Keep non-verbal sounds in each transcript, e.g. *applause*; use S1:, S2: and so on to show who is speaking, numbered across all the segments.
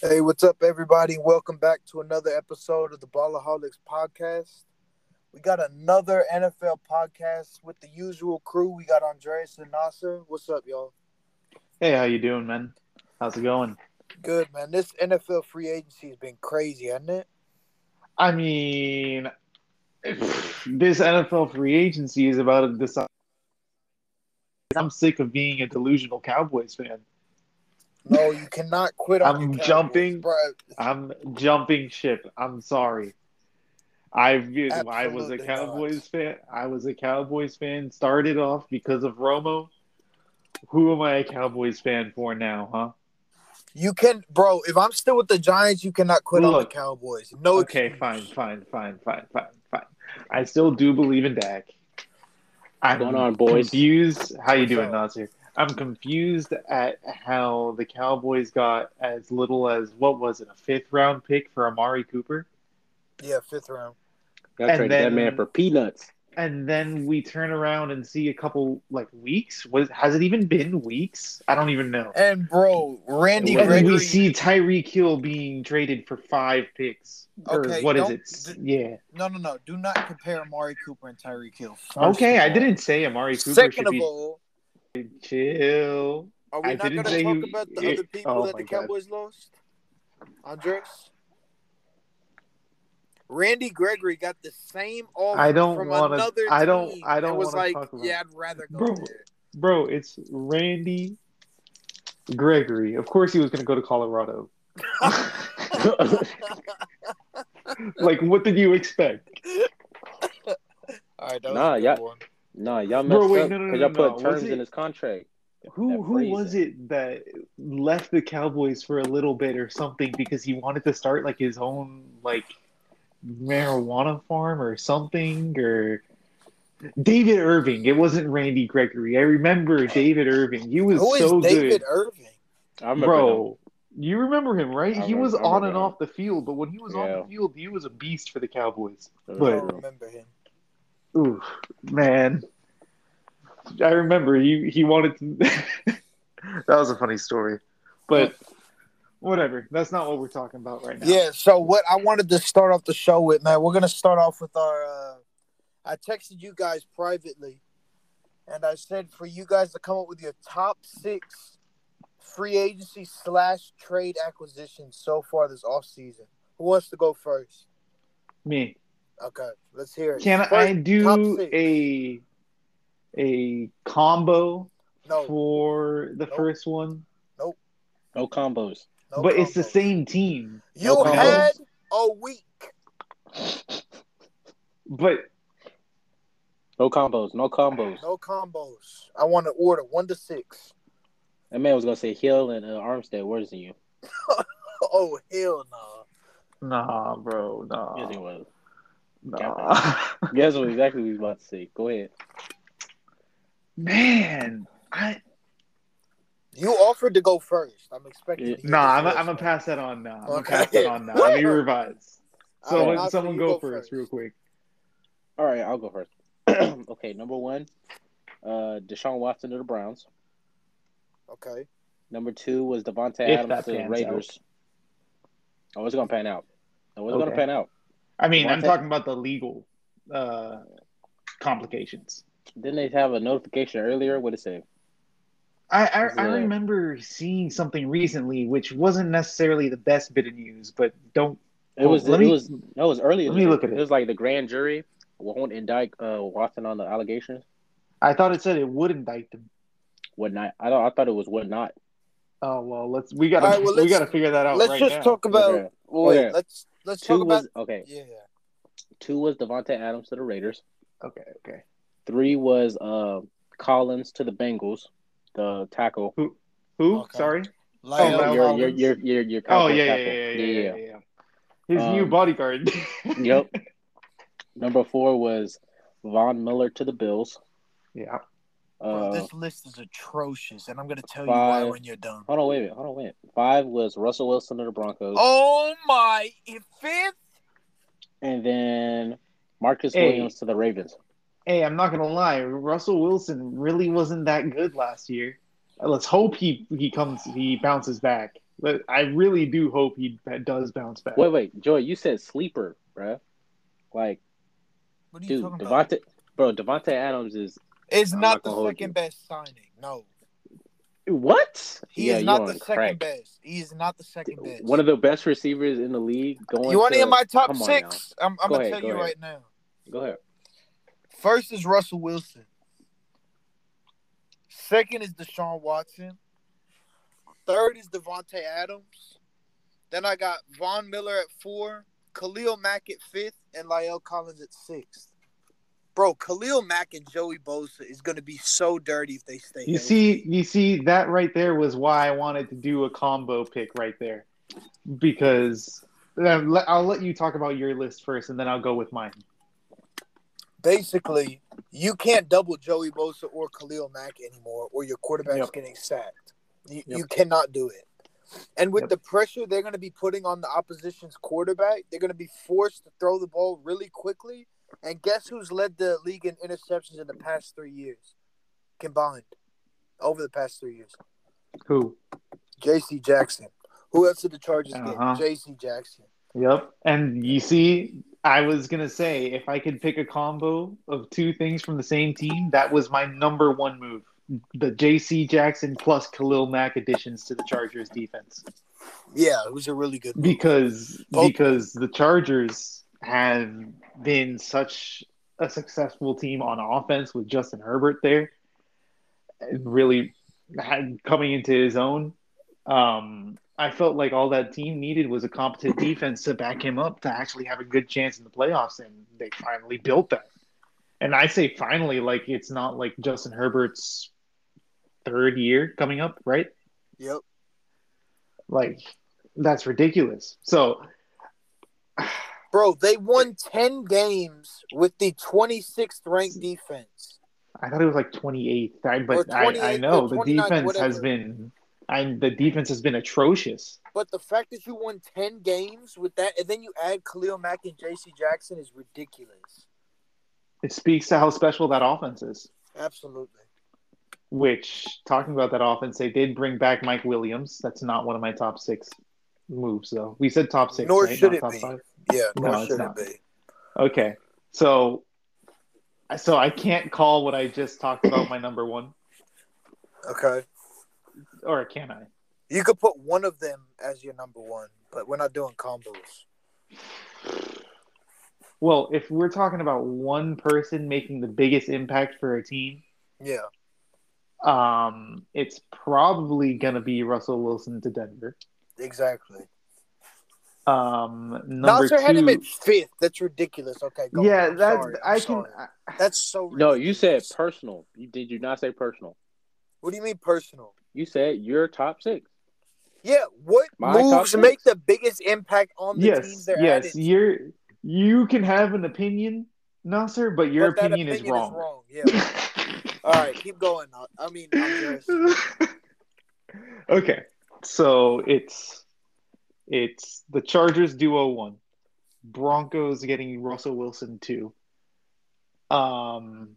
S1: Hey, what's up, everybody? Welcome back to another episode of the Ballaholics podcast. We got another NFL podcast with the usual crew. We got Andreas and Nasser. What's up, y'all?
S2: Hey, how you doing, man? How's it going?
S1: Good, man. This NFL free agency has been crazy, hasn't it?
S2: I mean, this NFL free agency is about to decide. I'm sick of being a delusional Cowboys fan.
S1: No, you cannot quit on
S2: I'm
S1: your Cowboys,
S2: jumping.
S1: bro.
S2: I'm jumping ship. I'm sorry. I've been, I was a
S1: Absolutely
S2: Cowboys fan. I was a Cowboys fan. Started off because of Romo. Who am I a Cowboys fan for now, huh?
S1: You can, bro. If I'm still with the Giants, you cannot quit on the
S2: Look.
S1: Cowboys. No,
S2: okay,
S1: excuse.
S2: fine, fine, fine, fine, fine, fine. I still do believe in Dak. I'm
S3: Going on, boys.
S2: confused. How you doing,
S1: So-
S2: Nasir? I'm confused at how the Cowboys got as little as what was it, a fifth round pick for Amari Cooper,
S1: Yeah, fifth round.
S3: Y'all
S2: And
S3: traded
S2: then-
S3: that man for peanuts.
S2: and then we turn around and see a couple like weeks. Was has it even been weeks? I don't even know.
S1: And bro, Randy
S3: And
S2: And then
S1: Gregory.
S2: we see Tyreek Hill being traded for five picks. Or
S1: Okay,
S2: what is
S1: don't-
S2: it? S- Yeah.
S1: No, no, no. Do not compare Amari Cooper and Tyreek Hill. First
S2: Okay,
S1: of
S2: I
S1: all.
S2: didn't say Amari Cooper
S1: Second
S2: should
S1: of
S2: be
S1: all,
S2: Chill.
S1: are we
S2: I
S1: not
S2: didn't
S1: going to
S2: say
S1: talk
S2: you-
S1: about the
S2: it-
S1: other people
S2: oh
S1: that the
S2: my God.
S1: Cowboys lost? Andres? Randy Gregory got the same offer
S2: I don't
S1: from
S2: wanna-
S1: another
S2: I don't-
S1: team
S2: I don't
S1: and was
S2: wanna
S1: like,
S2: talk about
S1: yeah, I'd rather go
S2: Bro.
S1: there.
S2: Bro, it's Randy Gregory. Of course he was going to go to Colorado. like, what did you expect?
S1: All right, that was
S3: Nah,
S1: a good
S3: yeah.
S1: one.
S3: *laughs* Nah, y'all messed
S2: Bro, wait,
S3: up
S2: no, no, no,
S3: because y'all
S2: no,
S3: put
S2: no. Was
S3: terms
S2: it-
S3: in his contract.
S2: Who
S3: That
S2: who was
S3: phrasing.
S2: it that left the Cowboys for a little bit or something because he wanted to start like his own like marijuana farm or something or David Irving. It wasn't Randy Gregory. I remember David Irving. He was
S1: Who is
S2: so good.
S1: David Irving?
S3: I remember him.
S2: Bro, you remember him, right?
S3: I
S2: he was
S3: remember
S2: on and
S3: him.
S2: off the field, but when he was on
S3: Yeah.
S2: the field, he was a beast for the Cowboys.
S3: I
S1: I
S2: But-
S1: don't
S3: remember him.
S1: remember him.
S2: Ooh, man. I remember he, he wanted to. *laughs* that was a funny story. But whatever. That's not what we're talking about right now.
S1: Yeah, so what I wanted to start off the show with, man, we're gonna start off with our. Uh, I texted you guys privately, and I said for you guys to come up with your top six free agency slash trade acquisitions so far this offseason. Who wants to go first?
S2: Me.
S1: Okay, let's hear it.
S2: Can I
S1: First- top
S2: do
S1: six.
S2: a a combo
S1: No.
S2: for the
S1: Nope.
S2: first one?
S3: No combos.
S1: No
S2: but it's the
S1: combo.
S2: same team.
S1: You
S3: no combos.
S1: had a week.
S2: But
S3: No combos. No combos.
S1: No combos. I want to order one to six. *laughs*
S3: That man was gonna say Hill and uh, Armstead worse than you.
S1: Oh hell no!
S2: nah, bro,
S3: Yes, he
S2: nah.
S3: was.
S2: *laughs* Nah.
S3: Guess what exactly we was about to say. Go ahead.
S2: Man, I
S1: You offered to go first. I'm expecting.
S3: Yeah.
S1: to hear
S2: nah,
S1: this
S2: I'm
S1: first,
S2: I'm gonna
S1: man.
S2: pass that on now. I'm gonna
S1: Okay.
S2: pass that on now. Let me revise.
S1: All
S2: So
S1: right, Oscar,
S2: someone
S1: you
S2: go, first, real quick.
S3: All right, I'll go first. *clears throat* okay, number one, uh, Deshaun Watson to the Browns.
S1: Okay.
S3: Number two was Devontae
S2: If
S3: Adams
S2: that
S3: to the
S2: pans
S3: Raiders. I was gonna pan out. I was gonna
S2: Okay.
S3: pan out.
S2: I mean,
S3: Well,
S2: I'm
S3: that-
S2: talking about the legal uh, complications.
S3: Didn't they have a notification earlier? What it say?
S2: I, I,
S3: Is
S2: I
S3: it-
S2: remember seeing something recently, which wasn't necessarily the best bit of news, but don't.
S3: It was.
S2: Oh, let
S3: it
S2: me-
S3: was. No, it was earlier.
S2: let me look at it.
S3: It was like the grand jury won't indict uh, Watson on the allegations.
S2: I thought it said it would indict them.
S3: What not? I don't. I thought it was what not.
S2: Oh well, let's we gotta
S1: All right, well,
S2: we
S1: let's-
S2: gotta figure that out.
S1: Let's
S2: right
S1: just
S2: now.
S1: talk about.
S3: Okay.
S1: Well, wait,
S3: Okay.
S1: let's let's
S3: Oh, Two
S1: talk about.
S3: was okay.
S1: Yeah.
S3: Two was Devontae Adams to the Raiders.
S2: Okay, okay.
S3: Three was uh, Collins to the Bengals, the tackle.
S2: Who?
S1: Okay.
S2: Sorry.
S1: Like,
S2: Lyle
S3: Oh, your, your,
S2: Collins?
S3: your, your, your
S2: Oh
S3: cowboy
S2: yeah, yeah,
S3: tackle.
S2: yeah, yeah, yeah, yeah. His
S3: Um,
S2: new bodyguard. *laughs*
S3: Yep. Number four was Von Miller to the Bills.
S2: yeah.
S1: bro,
S3: Uh,
S1: this list is atrocious, and I'm gonna tell you why
S3: five.
S1: when you're done.
S3: Hold on, wait a minute. Hold on, wait. a minute. Five was Russell Wilson to the Broncos,
S1: Oh my! Fifth.
S3: and then Marcus
S2: Hey.
S3: Williams to the Ravens.
S2: Hey, I'm not gonna lie. Russell Wilson really wasn't that good last year. Let's hope he he comes he bounces back. But I really do hope he does bounce back.
S3: Wait, wait, Joy, you said sleeper, bruh. Like,
S1: What are you
S3: dude,
S1: talking about?
S3: Devonte, bro, Devonte Adams is
S1: It's
S3: I'm
S1: not
S3: not gonna
S1: the
S3: hold
S1: second
S3: you.
S1: best signing. No,
S3: what?
S1: he
S3: yeah,
S1: is
S3: you
S1: not
S3: on
S1: the second
S3: crack.
S1: best. He is not the second best.
S3: One of the best receivers in the league. Going.
S1: you want to
S3: to
S1: hear my top
S3: come on
S1: six? I'm, I'm
S3: Go
S1: gonna
S3: ahead,
S1: tell
S3: go
S1: you
S3: ahead.
S1: right now.
S3: Go ahead.
S1: First is Russell Wilson. Second is Deshaun Watson. Third is Devontae Adams. Then I got Von Miller at four, Khalil Mack at fifth, and Lyle Collins at sixth. Bro, Khalil Mack and Joey Bosa is going to be so dirty if they stay.
S2: You
S1: healthy.
S2: see, you see that right there was why I wanted to do a combo pick right there, because I'll let- I'll let you talk about your list first, and then I'll go with mine.
S1: basically, you can't double Joey Bosa or Khalil Mack anymore, or your quarterback's
S2: Yep.
S1: getting sacked. You,
S2: Yep.
S1: you cannot do it. And with
S2: Yep.
S1: the pressure they're going to be putting on the opposition's quarterback, they're going to be forced to throw the ball really quickly. And guess who's led the league in interceptions in the past three years combined? Over the past three years,
S2: Who?
S1: J.C. Jackson. Who else did the Chargers
S2: Uh-huh.
S1: get? J.C. Jackson.
S2: Yep. And you see, I was gonna say if I could pick a combo of two things from the same team, that was my number one move: the J.C. Jackson plus Khalil Mack additions to the Chargers defense.
S1: Yeah, it was a really good. move.
S2: because
S1: Both-
S2: because the Chargers have been such a successful team on offense with Justin Herbert there, and really had, coming into his own. Um, I felt like all that team needed was a competent defense to back him up to actually have a good chance in the playoffs, and they finally built that. And I say finally, like it's not like Justin Herbert's third year coming up, right?
S1: Yep.
S2: Like that's ridiculous. So
S1: Bro, they won 10 games with the 26th ranked defense.
S2: I thought it was like 28th, I,
S1: Or
S2: but I, I
S1: 28th
S2: know
S1: or
S2: the
S1: 29th,
S2: defense has
S1: whatever.
S2: been, I the defense has been atrocious.
S1: But the fact that you won 10 games with that, and then you add Khalil Mack and JC Jackson is ridiculous.
S2: It speaks to how special that offense is.
S1: Absolutely.
S2: Which talking about that offense, they did bring back Mike Williams. That's not one of my top six moves, though. We said top six,
S1: Nor
S2: right?
S1: should
S2: Not
S1: it
S2: top
S1: be.
S2: five.
S1: Yeah,
S2: No,
S1: nor
S2: it's
S1: should it
S2: not.
S1: be.
S2: Okay, so so I can't call what I just talked about my number one,
S1: Okay.
S2: or can I?
S1: You could put one of them as your number one, but we're not doing combos.
S2: Well, if we're talking about one person making the biggest impact for a team,
S1: Yeah.
S2: um, it's probably gonna be Russell Wilson to Denver.
S1: Exactly.
S2: Um, number
S1: Nasser had him
S2: two,
S1: at fifth. That's ridiculous. Okay, go. on.
S2: yeah,
S1: Oh, I'm
S2: that's
S1: sorry. I'm
S2: I can.
S1: sorry.
S2: I,
S1: That's so.
S3: No, you said
S1: ridiculous.
S3: personal. You did you not say personal?
S1: What do you mean personal?
S3: You said your top six.
S1: Yeah, what
S3: My top
S1: moves
S3: six?
S1: make the biggest impact on the teams
S2: yes,
S1: they're
S2: yes,
S1: at?
S2: you're you can have an opinion, Nasser, but your
S1: But that
S2: opinion, is wrong.
S1: Yeah.
S2: *laughs*
S1: All right, keep going. I- I mean, I'm just-
S2: okay, so it's it's the Chargers duo one, Broncos getting Russell Wilson two. Um,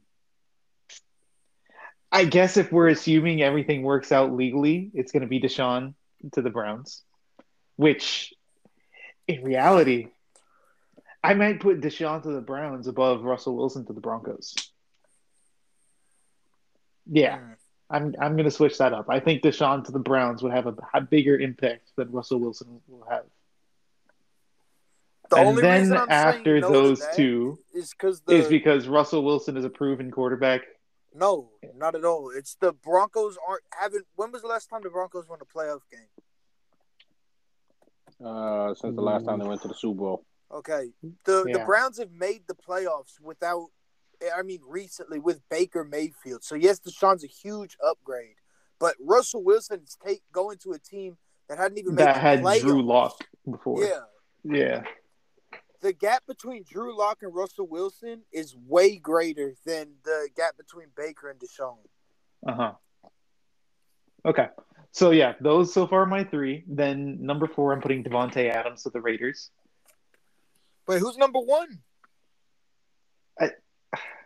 S2: I guess if we're assuming everything works out legally, it's going to be Deshaun to the Browns, which in reality, I might put Deshaun to the Browns above Russell Wilson to the Broncos. *laughs* Yeah.
S1: Mm.
S2: I'm I'm going to switch that up. I think Deshaun to the Browns would have a, a bigger impact than Russell Wilson will have.
S1: The
S2: and
S1: only
S2: then
S1: reason I'm saying
S2: after
S1: no to
S2: those
S1: that
S2: two
S1: is because
S2: is
S1: the
S2: because Russell Wilson is a proven quarterback.
S1: no, not at all. It's the Broncos aren't haven't. When was the last time the Broncos won a playoff game?
S3: Uh, since the last time they went to the Super Bowl.
S1: Okay, the the
S2: Yeah.
S1: Browns have made the playoffs without. I mean, recently with Baker Mayfield. So yes, Deshaun's a huge upgrade, but Russell Wilson's take going to a team that hadn't even made
S2: that
S1: the
S2: had
S1: playoffs.
S2: Drew Lock before.
S1: Yeah,
S2: Yeah.
S1: the gap between Drew Lock and Russell Wilson is way greater than the gap between Baker and Deshaun.
S2: Uh-huh. Okay. So yeah, those so far are my 3. Then number 4 I'm putting Devonte Adams to the Raiders.
S1: Wait, who's number one?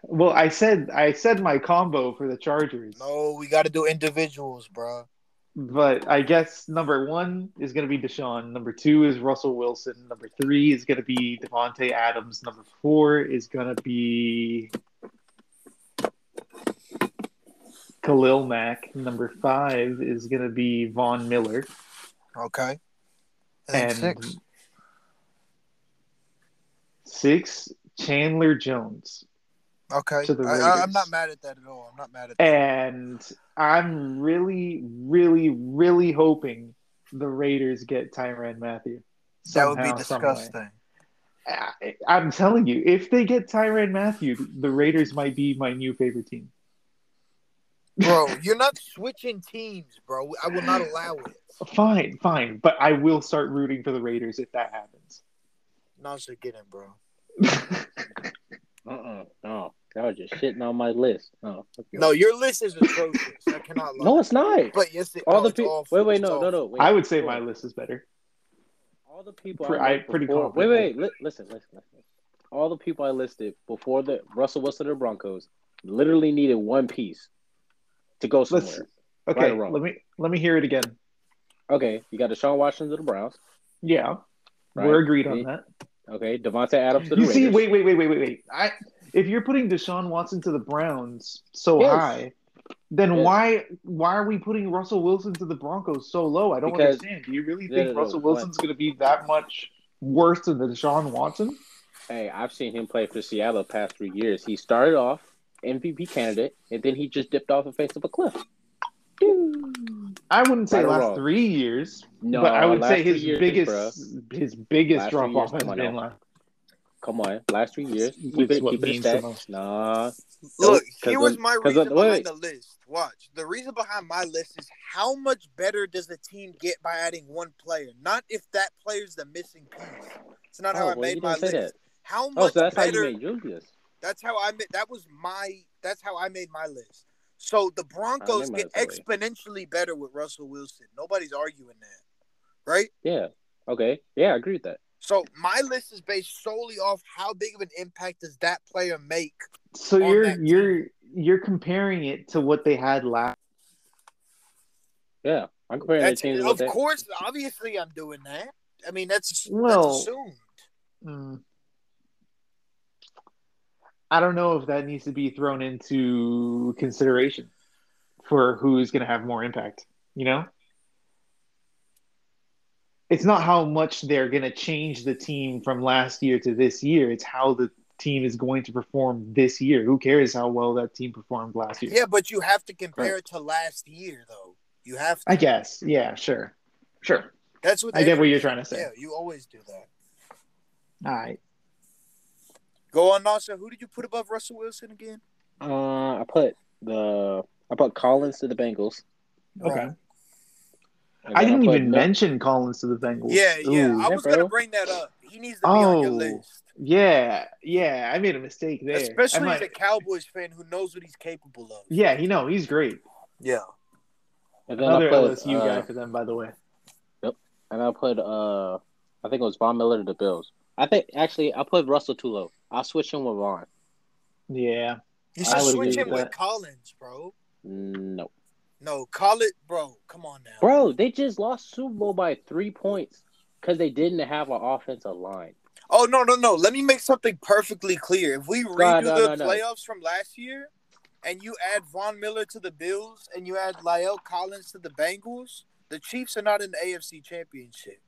S2: Well, I said I said my combo for the Chargers.
S1: No, we got to do individuals, bro.
S2: But I guess number one is going to be Deshaun. Number two is Russell Wilson. Number three is going to be Devonte Adams. Number four is going to be Khalil Mack. Number five is going to be Von Miller.
S1: Okay. And,
S2: And
S1: six.
S2: Six, Chandler Jones.
S1: Okay.
S2: to the
S1: I, I, I'm
S2: Raiders.
S1: not mad at that at all. I'm not mad at that.
S2: And I'm really, really, really hoping the Raiders get Tyran Matthew.
S1: that would be
S2: somehow, some way.
S1: disgusting.
S2: I- I'm telling you, if they get Tyran Matthew, the Raiders might be my new favorite team.
S3: *laughs*
S1: Bro, you're not switching teams, bro. I will not allow it.
S2: Fine, fine, but I will start rooting for the Raiders if that happens.
S1: No, just kidding, bro.
S3: Uh uh No. Y'all just shitting on my list. No. fuck y'all.
S1: No, your list is atrocious. I cannot lie.
S3: No, it's not.
S1: But yes, it,
S3: all
S1: oh,
S3: the
S1: it's
S3: people.
S1: awful.
S3: Wait, wait,
S1: It's
S3: no, no,
S1: awful.
S3: no. Wait,
S2: I would say
S3: hold
S2: my
S3: on.
S2: list is better.
S3: All the people.
S2: Pre-
S3: I,
S2: I-
S3: listed
S2: pretty
S3: before, Wait,
S2: confident.
S3: wait, li- listen, listen, listen. All the people I listed before the Russell Wilson or Broncos literally needed one piece to go somewhere.
S2: Let's- Okay,
S3: or wrong?
S2: let me let me hear it again.
S3: Okay, you got Deshaun Washington to the Browns.
S2: Yeah,
S3: Right.
S2: we're agreed on
S3: See?
S2: that.
S3: Okay, Devontae Adams to the
S2: You
S3: Raiders.
S2: see, wait, wait, wait, wait, wait, wait. I if you're putting Deshaun Watson to the Browns so
S3: Yes.
S2: high, then
S3: Yes.
S2: why why are we putting Russell Wilson to the Broncos so low? I don't
S3: Because-
S2: understand. Do you really
S3: No,
S2: think
S3: no, no,
S2: Russell
S3: what?
S2: Wilson's going to be that much worse than the Deshaun Watson?
S3: Hey, I've seen him play for Seattle the past three years. He started off MVP candidate, and then he just dipped off the face of a cliff.
S2: I wouldn't say
S3: Right or
S2: last
S3: wrong?
S2: three years,
S3: No,
S2: but I would
S3: last
S2: say
S3: two
S2: his
S3: years,
S2: biggest
S3: bruh.
S2: his biggest
S3: Last two
S2: drop off
S3: years,
S2: has
S3: come on
S2: been
S3: now.
S2: last.
S3: Come on, last three years.
S2: It's
S3: Keep it,
S2: what
S3: keep it a
S2: means the
S3: stack.
S2: most.
S3: Nah,
S1: Look,
S3: Nope,
S1: here
S3: 'cause
S1: was my
S3: of- 'cause
S1: reason
S3: of- wait,
S1: behind
S3: wait.
S1: the list. Watch. The reason behind my list is how much better does a team get by adding one player? Not if that player's the missing piece. It's not how
S3: Oh,
S1: I
S3: well, you
S1: made my
S3: didn't say
S1: list.
S3: that.
S1: How
S3: Oh,
S1: much
S3: so that's how
S1: better
S3: you made Julius.
S1: That's how I made. That was my. That's how I made my list. So
S3: Oh,
S1: the Broncos
S3: mine
S1: get
S3: that way.
S1: exponentially better with Russell Wilson. Nobody's arguing that, right?
S3: Yeah. Okay. Yeah, I agree with that.
S1: So my list is based solely off how big of an impact does that player make?
S2: So
S1: on
S2: you're
S1: that team.
S2: you're you're comparing it to what they had last.
S3: Yeah, I'm comparing
S1: That's,
S3: the teams with
S1: of
S3: that.
S1: course, obviously, I'm doing that. I mean, that's
S2: Well-
S1: that's assumed.
S2: Mm. I don't know if that needs to be thrown into consideration for who's going to have more impact. You know, it's not how much they're going to change the team from last year to this year. It's how the team is going to perform this year. Who cares how well that team performed last year?
S1: Yeah, but you have to compare it to last year, though. You have. To.
S2: I guess. Yeah, sure, sure.
S1: That's what
S2: I get
S1: they,
S2: what you're trying to say.
S1: Yeah, you always do that.
S2: All right.
S1: Go on, Nasser. Who did you put above Russell Wilson again?
S3: Uh, I put the I put Collins to the Bengals.
S2: Okay.
S3: and
S2: I
S3: then
S2: didn't
S3: put
S2: even
S3: Nut-
S2: mention Collins to the Bengals.
S1: Yeah, yeah.
S2: Ooh.
S1: I
S3: yeah,
S1: was gonna
S3: bro.
S1: bring that up. He needs to be on your
S2: Oh,
S1: list,
S2: Yeah, yeah, I made a mistake there. I
S1: especially
S2: might-
S1: as a Cowboys fan who knows what he's capable of.
S2: yeah, he no, he's great.
S1: yeah.
S3: And then
S2: Another
S3: I put,
S2: LSU
S3: uh,
S2: guy for them, by the way.
S3: And I put uh, I think it was Von Miller to the Bills. I think actually I put Russell too low. I switched him with Von.
S2: Yeah,
S1: You
S3: I
S1: should
S3: would
S1: switch
S3: agree
S1: him
S2: with
S1: with
S2: that.
S1: Collins, bro.
S3: No,
S1: No, call it, bro. Come on now.
S3: bro, they just lost Super Bowl by three points because they didn't have an offensive line.
S1: Oh no, no, no. Let me make something perfectly clear. If we redo
S3: no,
S1: the
S3: no, no.
S1: playoffs from last year, and you add Von Miller to the Bills, and you add Lyle Collins to the Bengals, the Chiefs are not in the AFC Championship.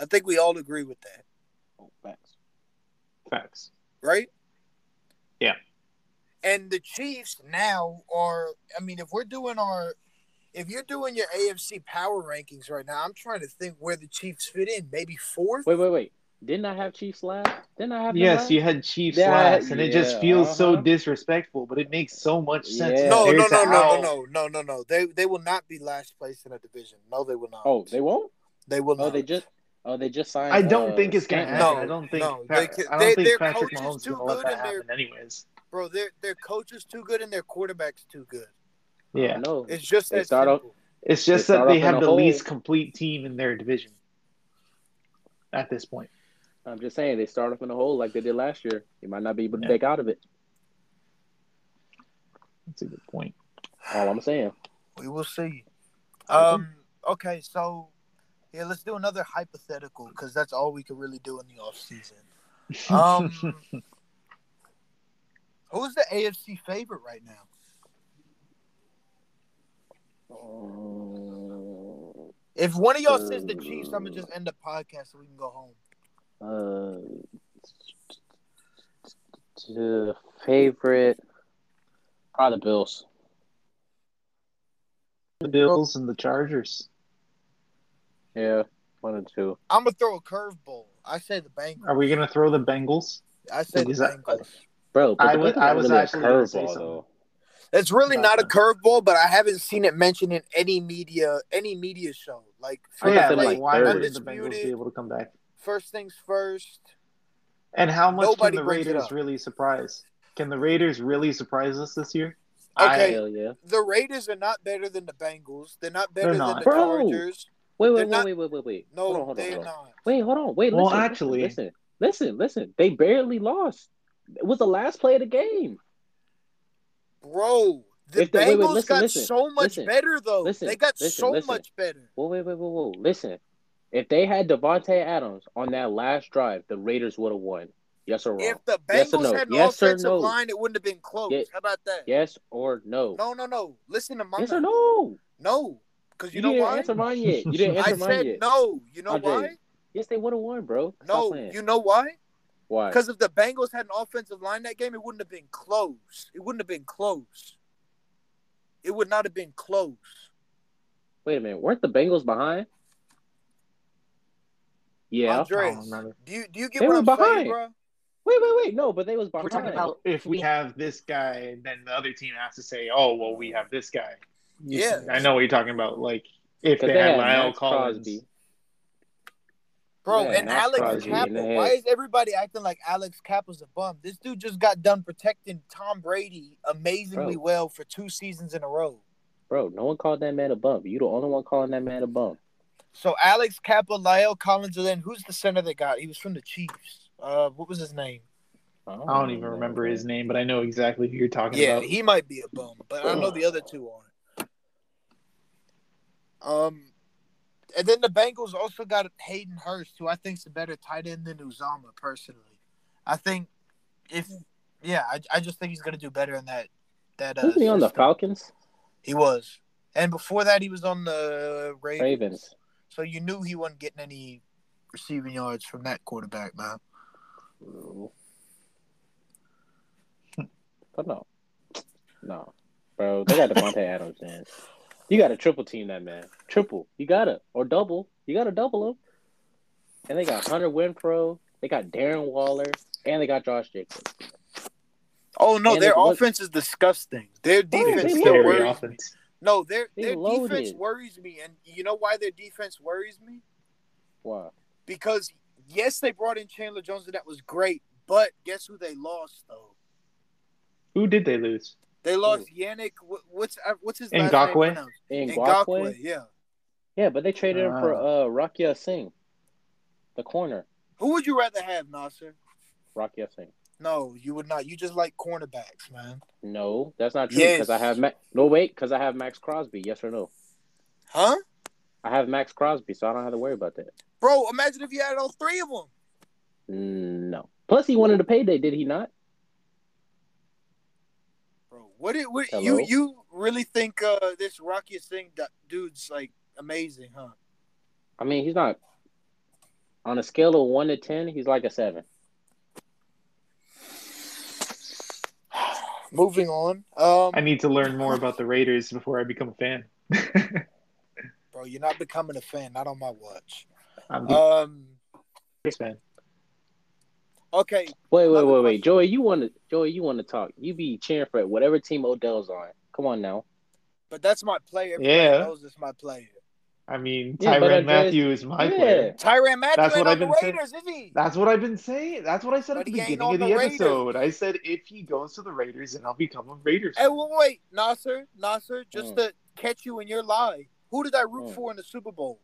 S1: I think we all agree with that,
S3: Oh, facts.
S2: facts.
S1: right?
S2: Yeah.
S1: And the Chiefs now are, I mean, if we're doing our, if you're doing your AFC power rankings right now, I'm trying to think where the Chiefs fit in. Maybe fourth?
S3: Wait, wait, wait. Didn't I have Chiefs last? Didn't I have them
S2: Yes,
S3: last?
S2: you had Chiefs
S3: Yeah,
S2: last, and it just
S3: yeah,
S2: feels so
S3: uh-huh.
S2: disrespectful, but it makes so much sense.
S3: Yeah.
S1: No,
S2: compared
S1: no,
S2: to
S1: no, no, no,
S2: how-
S1: no, no, no, no. They they will not be last place in a division. No, they will not.
S3: Oh, they won't.
S1: they will not.
S3: Oh, they just. Oh, they just signed.
S2: I don't
S3: uh,
S2: think it's gonna
S3: Stanton.
S2: happen.
S1: No,
S2: I don't think.
S1: no,
S2: Pat-
S1: they-
S2: I
S1: they-
S2: don't
S1: their
S2: think Patrick
S1: coach is
S2: Mahomes is
S1: too
S2: gonna let
S1: good
S2: that
S1: and they're-
S2: happen, anyways.
S1: bro. Their their coach is too good and their quarterback's too good.
S2: Yeah,
S3: No.
S1: It's just
S3: They
S1: that
S3: start off-
S1: simple.
S2: it's just
S3: They
S2: that
S3: start
S2: they
S3: off in
S2: have
S3: a
S2: the
S3: hole.
S2: least complete team in their division at this point.
S3: I'm just saying they start off in a hole like they did last year. You might not be able to
S2: Yeah.
S3: dig out of it.
S2: That's a good point.
S3: All I'm saying.
S1: We will see. Um, Okay, so yeah, let's do another hypothetical because that's all we can really do in the offseason.
S2: *laughs*
S1: Um, who's the AFC favorite right now?
S3: Uh,
S1: If one of y'all says the Chiefs, I'm gonna just end the podcast so we can go home.
S3: uh, t- uh, favorite, probably the Bills.
S2: the Bills and the Chargers.
S3: Yeah, one and two.
S1: I'm gonna throw a curveball. I say the Bengals.
S2: Are we gonna throw the Bengals?
S1: I say the
S2: Is that-
S1: Bengals.
S3: Bro, but
S2: I
S3: the
S2: was-
S3: Bills aren't
S2: I was
S3: really a
S2: actually gonna say
S3: curveball,
S2: something.
S3: though.
S1: It's really not a
S2: Gotcha.
S1: curveball, but I haven't seen it mentioned in any media, any media show. Like
S3: I
S1: first,
S3: got them,
S1: like,
S3: like,
S2: why
S3: third.
S2: wouldn't the Bengals
S1: Undisputed.
S2: be able to come back?
S1: first things first.
S2: And how much
S1: Nobody
S2: can the
S1: brings it
S2: Raiders
S1: up.
S2: really surprise? Can the Raiders really surprise us this year?
S1: Okay,
S3: Hell yeah.
S1: the Raiders are not better than the Bengals. They're not better
S2: They're
S1: than
S2: not.
S1: the
S3: Bro.
S1: Chargers.
S3: Wait,
S1: They're
S3: wait,
S1: not-
S3: wait, wait, wait, wait.
S1: No,
S3: hold on, hold on,
S1: they're
S3: hold on.
S1: not.
S3: Wait, hold on. Wait,
S2: Well,
S3: listen. listen,
S2: actually-
S3: listen, listen, listen. They barely lost. It was the last play of the game.
S1: Bro, the
S3: If the-
S1: Bengals
S3: wait, wait, listen,
S1: got
S3: listen,
S1: so much
S3: listen,
S1: better though.
S3: listen,
S1: they got
S3: listen,
S1: so
S3: listen.
S1: much better.
S3: Whoa, wait, wait, whoa, whoa. Listen, if they had Devontae Adams on that last drive, the Raiders would have won. Yes or wrong?
S1: If the Bengals
S3: Yes or no?
S1: had an
S3: Yes or
S1: offensive
S3: no?
S1: line, it wouldn't have been close.
S3: Yeah.
S1: How about that?
S3: Yes or no?
S1: No, no, no. Listen to my
S3: yes or no?
S1: No, because you,
S3: You,
S1: know
S3: didn't
S1: why?
S3: answer mine yet. You
S1: *laughs*
S3: didn't
S1: I
S3: answer mine
S1: said
S3: yet.
S1: no. You know
S3: I did.
S1: why?
S3: Yes, they would have won, bro. Stop
S1: No,
S3: playing.
S1: you know why?
S3: Why?
S1: Because if the Bengals had an offensive line that game, it wouldn't have been close. It wouldn't have been close. It would not have been close.
S3: Wait a minute. Weren't the Bengals behind? Yeah.
S2: I don't
S1: Andres,
S2: remember.
S1: do you do you get
S3: They
S1: what
S3: were
S1: I'm saying,
S3: behind.
S1: bro?
S3: Wait, wait, wait. No, but they was behind.
S2: We're talking about if we have this guy, then the other team has to say, "Oh, well, we have this guy." You-
S1: Yeah.
S2: I know what you're talking about. Like if
S3: 'Cause
S2: they, had, Lyle
S3: Max
S2: Collins,
S3: Crosby.
S1: Bro,
S3: Yeah,
S1: and
S3: Max
S1: Alex
S2: Crosby
S1: Kappa.
S3: in the
S1: Why
S3: head.
S1: is everybody acting like Alex Kappa's a bum? This dude just got done protecting Tom Brady amazingly
S3: Bro.
S1: well for two seasons in a row.
S3: Bro, no one called that man a bump. You the only one calling that man a bump.
S1: So Alex Kappa, Lyle Collins, and then who's the center they got? He was from the Chiefs. Uh, what was his name?
S2: I don't even remember his name, but I know exactly who you're talking
S1: Yeah,
S2: about.
S1: he might be a bum, but I know the other two aren't. Um, and then the Bengals also got Hayden Hurst, who I think's a better tight end than Uzama. Personally, I think if yeah, I, I just think he's gonna do better in that that. Uh,
S3: Wasn't he on the
S1: system.
S3: Falcons?
S1: He was, and before that, he was on the Ravens.
S3: Ravens.
S1: So you knew he wasn't getting any receiving yards from that quarterback, man.
S3: But no. No. Bro, they got Devontae *laughs* Adams, man. You got to triple team that man. Triple. You got to. Or double. You got to double him. And they got Hunter Winfro. They got Darren Waller. And they got Josh Jacobs.
S1: Oh no,
S3: And
S1: their
S3: it was-
S1: offense is disgusting. Their defense
S3: they
S1: still
S3: loaded.
S2: Scary
S1: worries
S2: offense.
S1: No, their
S3: They
S1: their defense
S3: loaded.
S1: worries me, and you know why their defense worries me?
S3: Wow.
S1: Because yes, they brought in Chandler Jones, and that was great. But guess who they lost though?
S2: Who did they lose?
S1: They lost Yannick. wh- What's uh, what's his last name?
S2: Ngakwe?
S1: pronounced?
S3: And
S1: Ngakwe.
S3: Ngakwe.
S1: Yeah.
S3: Yeah, but they traded him for uh, Rakia Singh, the corner.
S1: Who would you rather have, Nasser?
S3: Rakia Singh.
S1: No, you would not. You just like cornerbacks, man.
S3: No, that's not true.
S1: Yes.
S3: Because I have Ma- no wait, because I have Max Crosby. Yes or no?
S1: Huh?
S3: I have Max Crosby, so I don't have to worry about that.
S1: Bro, imagine if you had all three of them.
S3: Mm, No. Plus, he wanted a payday, did he not?
S1: Bro, what did what,
S3: Hello?
S1: you you really think uh this Rocky Singh du- dude's like amazing, huh?
S3: I mean, he's not. On a scale of one to ten, he's like a seven.
S1: Moving on. Um,
S2: I need to learn more about the Raiders before I become a fan.
S1: Bro, you're not becoming a fan, not on my watch.
S2: I'm a
S1: Um
S2: Raiders fan.
S1: okay.
S3: Wait, wait,
S1: Another
S3: wait,
S1: question.
S3: wait, Joey, you want to, Joey, you want to talk? You be cheering for whatever team Odell's on. Come on now.
S1: But that's my player.
S2: Yeah.
S1: Everybody knows it's my player.
S2: I mean,
S3: Yeah, but
S2: Tyrann
S3: Andres-
S2: Matthew is my
S3: yeah.
S2: player.
S1: Tyran Matthew
S2: That's
S1: ain't on
S2: what I've
S1: the
S2: been saying.
S1: Raiders, is he?
S2: That's what I've been saying. That's what I said
S1: But
S2: at the
S1: he ain't
S2: beginning
S1: on
S2: of the,
S1: the Raiders.
S2: episode. I said if he goes to the Raiders, then I'll become a Raiders.
S1: Hey, wait, wait, Nasser, Nasser, just
S3: Mm.
S1: to catch you in your lie. Who did I root
S3: Mm.
S1: for in the Super Bowl?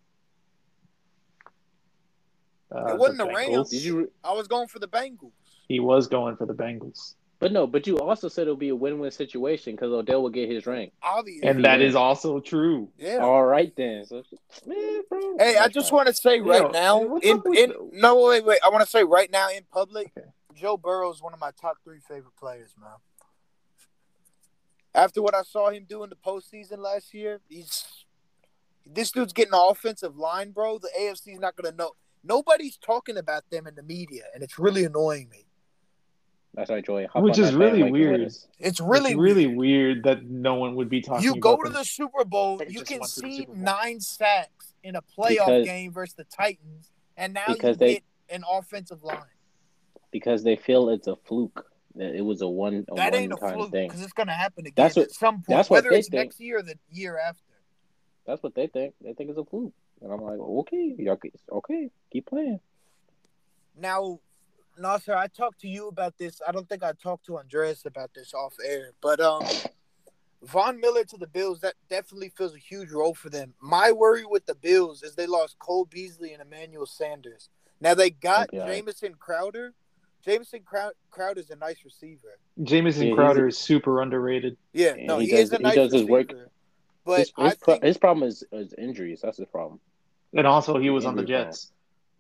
S2: Uh,
S1: it wasn't the
S2: Bengals.
S1: Rams.
S2: Uh,
S3: Did you?
S1: I was going for the Bengals.
S2: He was going for the Bengals.
S3: But no, but you also said it'll be a win-win situation because Odell will get his ring.
S1: Obviously.
S2: And that is also true.
S1: yeah.
S3: All right then. So, man, bro.
S1: Hey, I just want to say right
S2: Yo,
S1: now,
S2: what's
S1: in,
S2: up with
S1: in
S2: the-
S1: no wait wait, I want to say right now in public,
S2: Okay.
S1: Joe Burrow is one of my top three favorite players, man. After what I saw him do in the postseason last year, he's this dude's getting an offensive line, bro. The AFC's not gonna know. Nobody's talking about them in the media, and it's really annoying me.
S3: That's right, Joey. Hop
S2: Which
S3: on
S2: is
S3: that
S2: really
S3: bandwagon with
S2: weird.
S3: us.
S1: It's
S2: Really,
S1: really
S2: it's really weird that no one would be talking.
S1: You go
S2: about
S1: to
S2: them.
S1: the Super Bowl,
S2: They
S1: you
S2: just
S1: can
S2: went to the
S1: see
S2: Super Bowl.
S1: nine sacks in a playoff
S3: Because-
S1: game versus the Titans, and now you
S3: because they-
S1: get an offensive line.
S3: Because they feel it's a fluke. That it was a one a
S1: That
S3: one
S1: ain't a
S3: time
S1: fluke
S3: thing.
S1: because it's gonna happen again
S3: That's what-
S1: at some point,
S3: that's what
S1: whether
S3: they
S1: it's
S3: think.
S1: next year or the year after.
S3: That's what they think. They think it's a fluke. And I'm like, okay, y'all ke- okay, keep playing.
S1: Now, Nasser, I talked to you about this. I don't think I talked to Andreas about this off air, but um, Von Miller to the Bills that definitely fills a huge role for them. My worry with the Bills is they lost Cole Beasley and Emmanuel Sanders. Now they got
S3: Okay.
S1: Jamison Crowder. Jamison Crow- Crowder is a nice receiver.
S2: Jamison
S3: Yeah, he's-
S2: Crowder is super underrated.
S1: Yeah,
S3: And
S1: no,
S3: he
S1: he, is
S3: does-
S1: a
S3: he
S1: nice
S3: does his
S1: receiver.
S3: work.
S1: But
S3: his,
S1: I
S3: his, pro-
S1: think
S3: his problem is, is injuries. That's his problem.
S2: And also, he was on the
S3: Injury prone.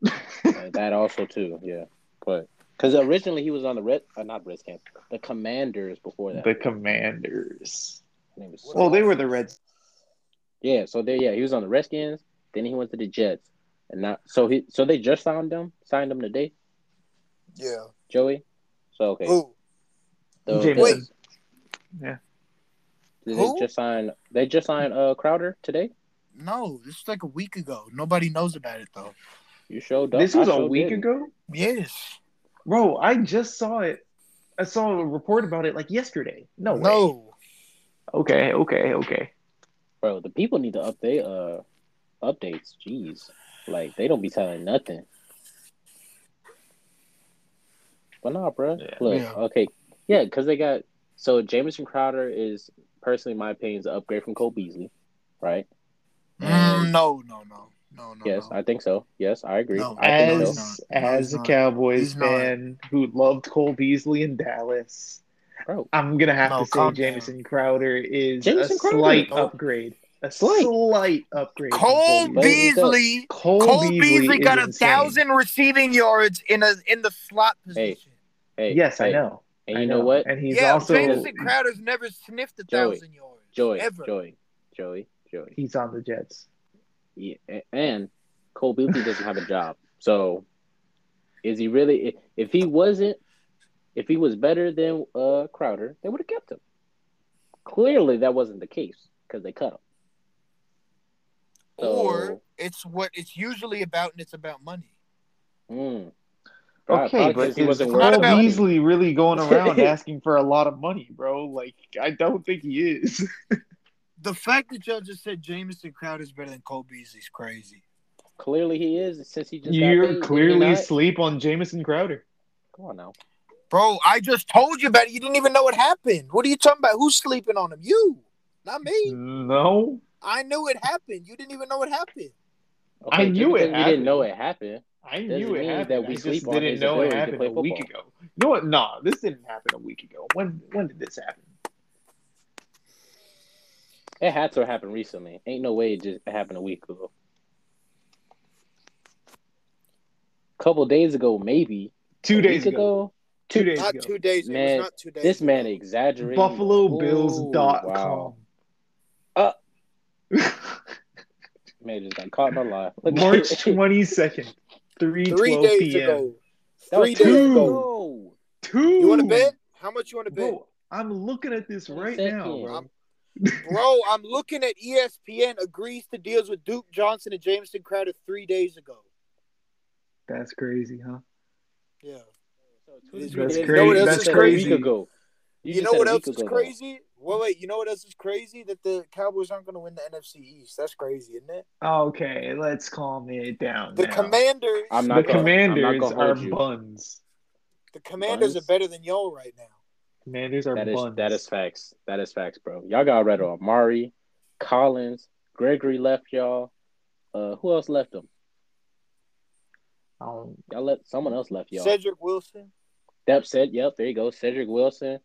S2: Jets.
S3: Uh, that also too, yeah. But because originally he was on the red, uh, not Redskins, the Commanders before that.
S2: The Commanders.
S3: And he was-
S2: Well, they were the Reds.
S3: yeah. So they, yeah, he was on the Redskins. Then he went to the Jets, and now so he, so they just signed him, signed him today,
S1: yeah.
S3: Joey. So okay,
S1: Who?
S3: so
S2: Jameson.
S3: they-
S1: Wait.
S2: Yeah.
S3: did
S1: Who?
S3: they just signed. They just signed uh Crowder today.
S1: No, this is like a week ago. Nobody knows about it though.
S3: You showed up.
S2: This was
S3: a
S2: a week ago?
S1: Yes.
S2: Bro, I just saw it. I saw a report about it like yesterday. No, way.
S1: No.
S2: Okay, okay, okay.
S3: bro. The people need to update uh updates. Jeez, like they don't be telling nothing. But nah, bro.
S2: Yeah.
S3: Look,
S1: Yeah.
S3: okay, yeah, because they got so Jamison Crowder is personally, in my opinion, is an upgrade from Cole Beasley, right?
S1: Mm, no. No. No. No. No.
S3: yes,
S1: no.
S3: I think so. Yes, I agree.
S1: Uh-huh. No.
S3: I think so.
S2: As
S1: so. No,
S2: as
S1: he's
S2: a
S1: not.
S2: Cowboys
S1: He's not.
S2: fan who loved Cole Beasley in Dallas,
S3: Bro,
S2: I'm gonna have
S1: No,
S2: to say
S1: calm
S2: Jamison Crowder is
S3: Jamison
S2: a
S3: Crowder? Oh.
S2: slight
S1: No.
S2: upgrade. A
S3: Slight.
S2: slight, upgrade. from
S1: Cole
S3: But he does.
S1: Beasley.
S2: Cole,
S1: Cole Beasley,
S2: is
S1: got a
S2: insane.
S1: thousand receiving yards in a in the slot
S3: Hey,
S1: position.
S3: hey,
S2: Yes, I
S3: hey,
S2: know.
S3: And
S2: I
S3: you know, what,
S2: And he's
S1: yeah,
S2: also
S1: Jamison Crowder's never sniffed a
S3: Joey,
S1: thousand yards.
S3: Joey,
S1: ever.
S3: Joey, Joey, Joey,
S2: he's on the Jets.
S3: yeah, a- and Cole Beasley doesn't have a job. So, is he really? i- If he wasn't, if he was better than uh, Crowder, they would have kept him. Clearly, that wasn't the case because they cut him.
S1: Or
S3: So-
S1: it's what it's usually about, and it's about money.
S3: Mm. Probably-
S2: Okay,
S3: probably
S2: but
S3: 'cause
S2: is
S3: he wasn't
S1: not
S2: Cole
S3: worth
S1: about-
S3: it.
S2: Beasley really
S3: *laughs*
S2: going around asking for a lot of money, bro? Like, I don't think he is.
S1: The fact that y'all just said Jamison Crowder's better than Cole Beasley's crazy.
S3: Clearly, he is since he just got paid,
S2: You're
S3: did he
S2: clearly
S3: not?
S2: asleep on Jamison Crowder.
S3: Come on now.
S1: Bro, I just told you about it. You didn't even know it happened. What are you talking about? Who's sleeping on him? You, not me.
S2: No,
S1: I knew it happened. You didn't even know it happened.
S2: I knew it
S3: just because We didn't
S2: happened.
S3: know it happened.
S2: I
S3: Doesn't
S2: knew it
S3: mean
S2: happened.
S3: that we
S2: I just
S3: sleep on
S2: didn't
S3: his
S2: know it
S3: ability to
S2: happened
S3: play
S2: a week
S3: football.
S2: ago. You know what? Nah, this didn't happen a week ago. When when did this happen?
S3: It had to happen recently. Ain't no way it just happened a week ago. Couple days ago, maybe.
S2: Two
S3: A
S2: days
S3: week
S2: ago. Two days
S1: Not
S2: ago.
S1: two days. it
S3: Man,
S1: was not two days.
S3: This man exaggerated.
S2: BuffaloBills.com.
S3: Uh. Man just got caught in a lie.
S2: *laughs*
S3: Look-
S2: March twenty second, three
S1: Three
S2: twelve
S1: days
S2: p.m.
S1: ago.
S3: *laughs* That was
S1: Three
S3: two
S1: days
S3: days
S1: ago.
S3: ago.
S2: Two.
S1: You want to bet? How much you want to bet,
S2: Bro, I'm looking at this right now,
S3: Second.
S2: bro.
S1: bro? I'm looking at E ESPN agrees to deals with Duke Johnson and Jameson Crowder three days ago.
S2: That's crazy, huh?
S1: Yeah.
S3: Two to
S1: That's
S3: three days
S2: crazy.
S3: ago. You
S1: That's
S3: just said
S1: crazy.
S3: A week ago.
S1: You,
S3: just
S1: know
S3: said
S1: what
S3: a
S1: else
S3: week
S1: is
S3: ago, though.
S1: crazy? Well, wait. You know what else is crazy? That the Cowboys aren't going to win the NFC East. That's crazy, isn't it?
S2: Okay, let's calm it down.
S1: The
S2: now.
S1: Commanders.
S3: I'm
S2: the
S3: not gonna- I'm
S2: commanders
S3: not gonna
S2: are
S3: hold you.
S2: buns.
S1: The Commanders
S3: Buns.
S1: are better than y'all right now.
S2: Commanders are
S3: That is
S2: buns.
S3: that is facts. That is facts, bro. Y'all got rid of Amari, Collins, Gregory left y'all. Uh, who else left them?
S2: Um,
S3: Y'all let someone else left y'all.
S1: Cedric Wilson.
S3: Depp said, "Yep, there you go, Cedric Wilson."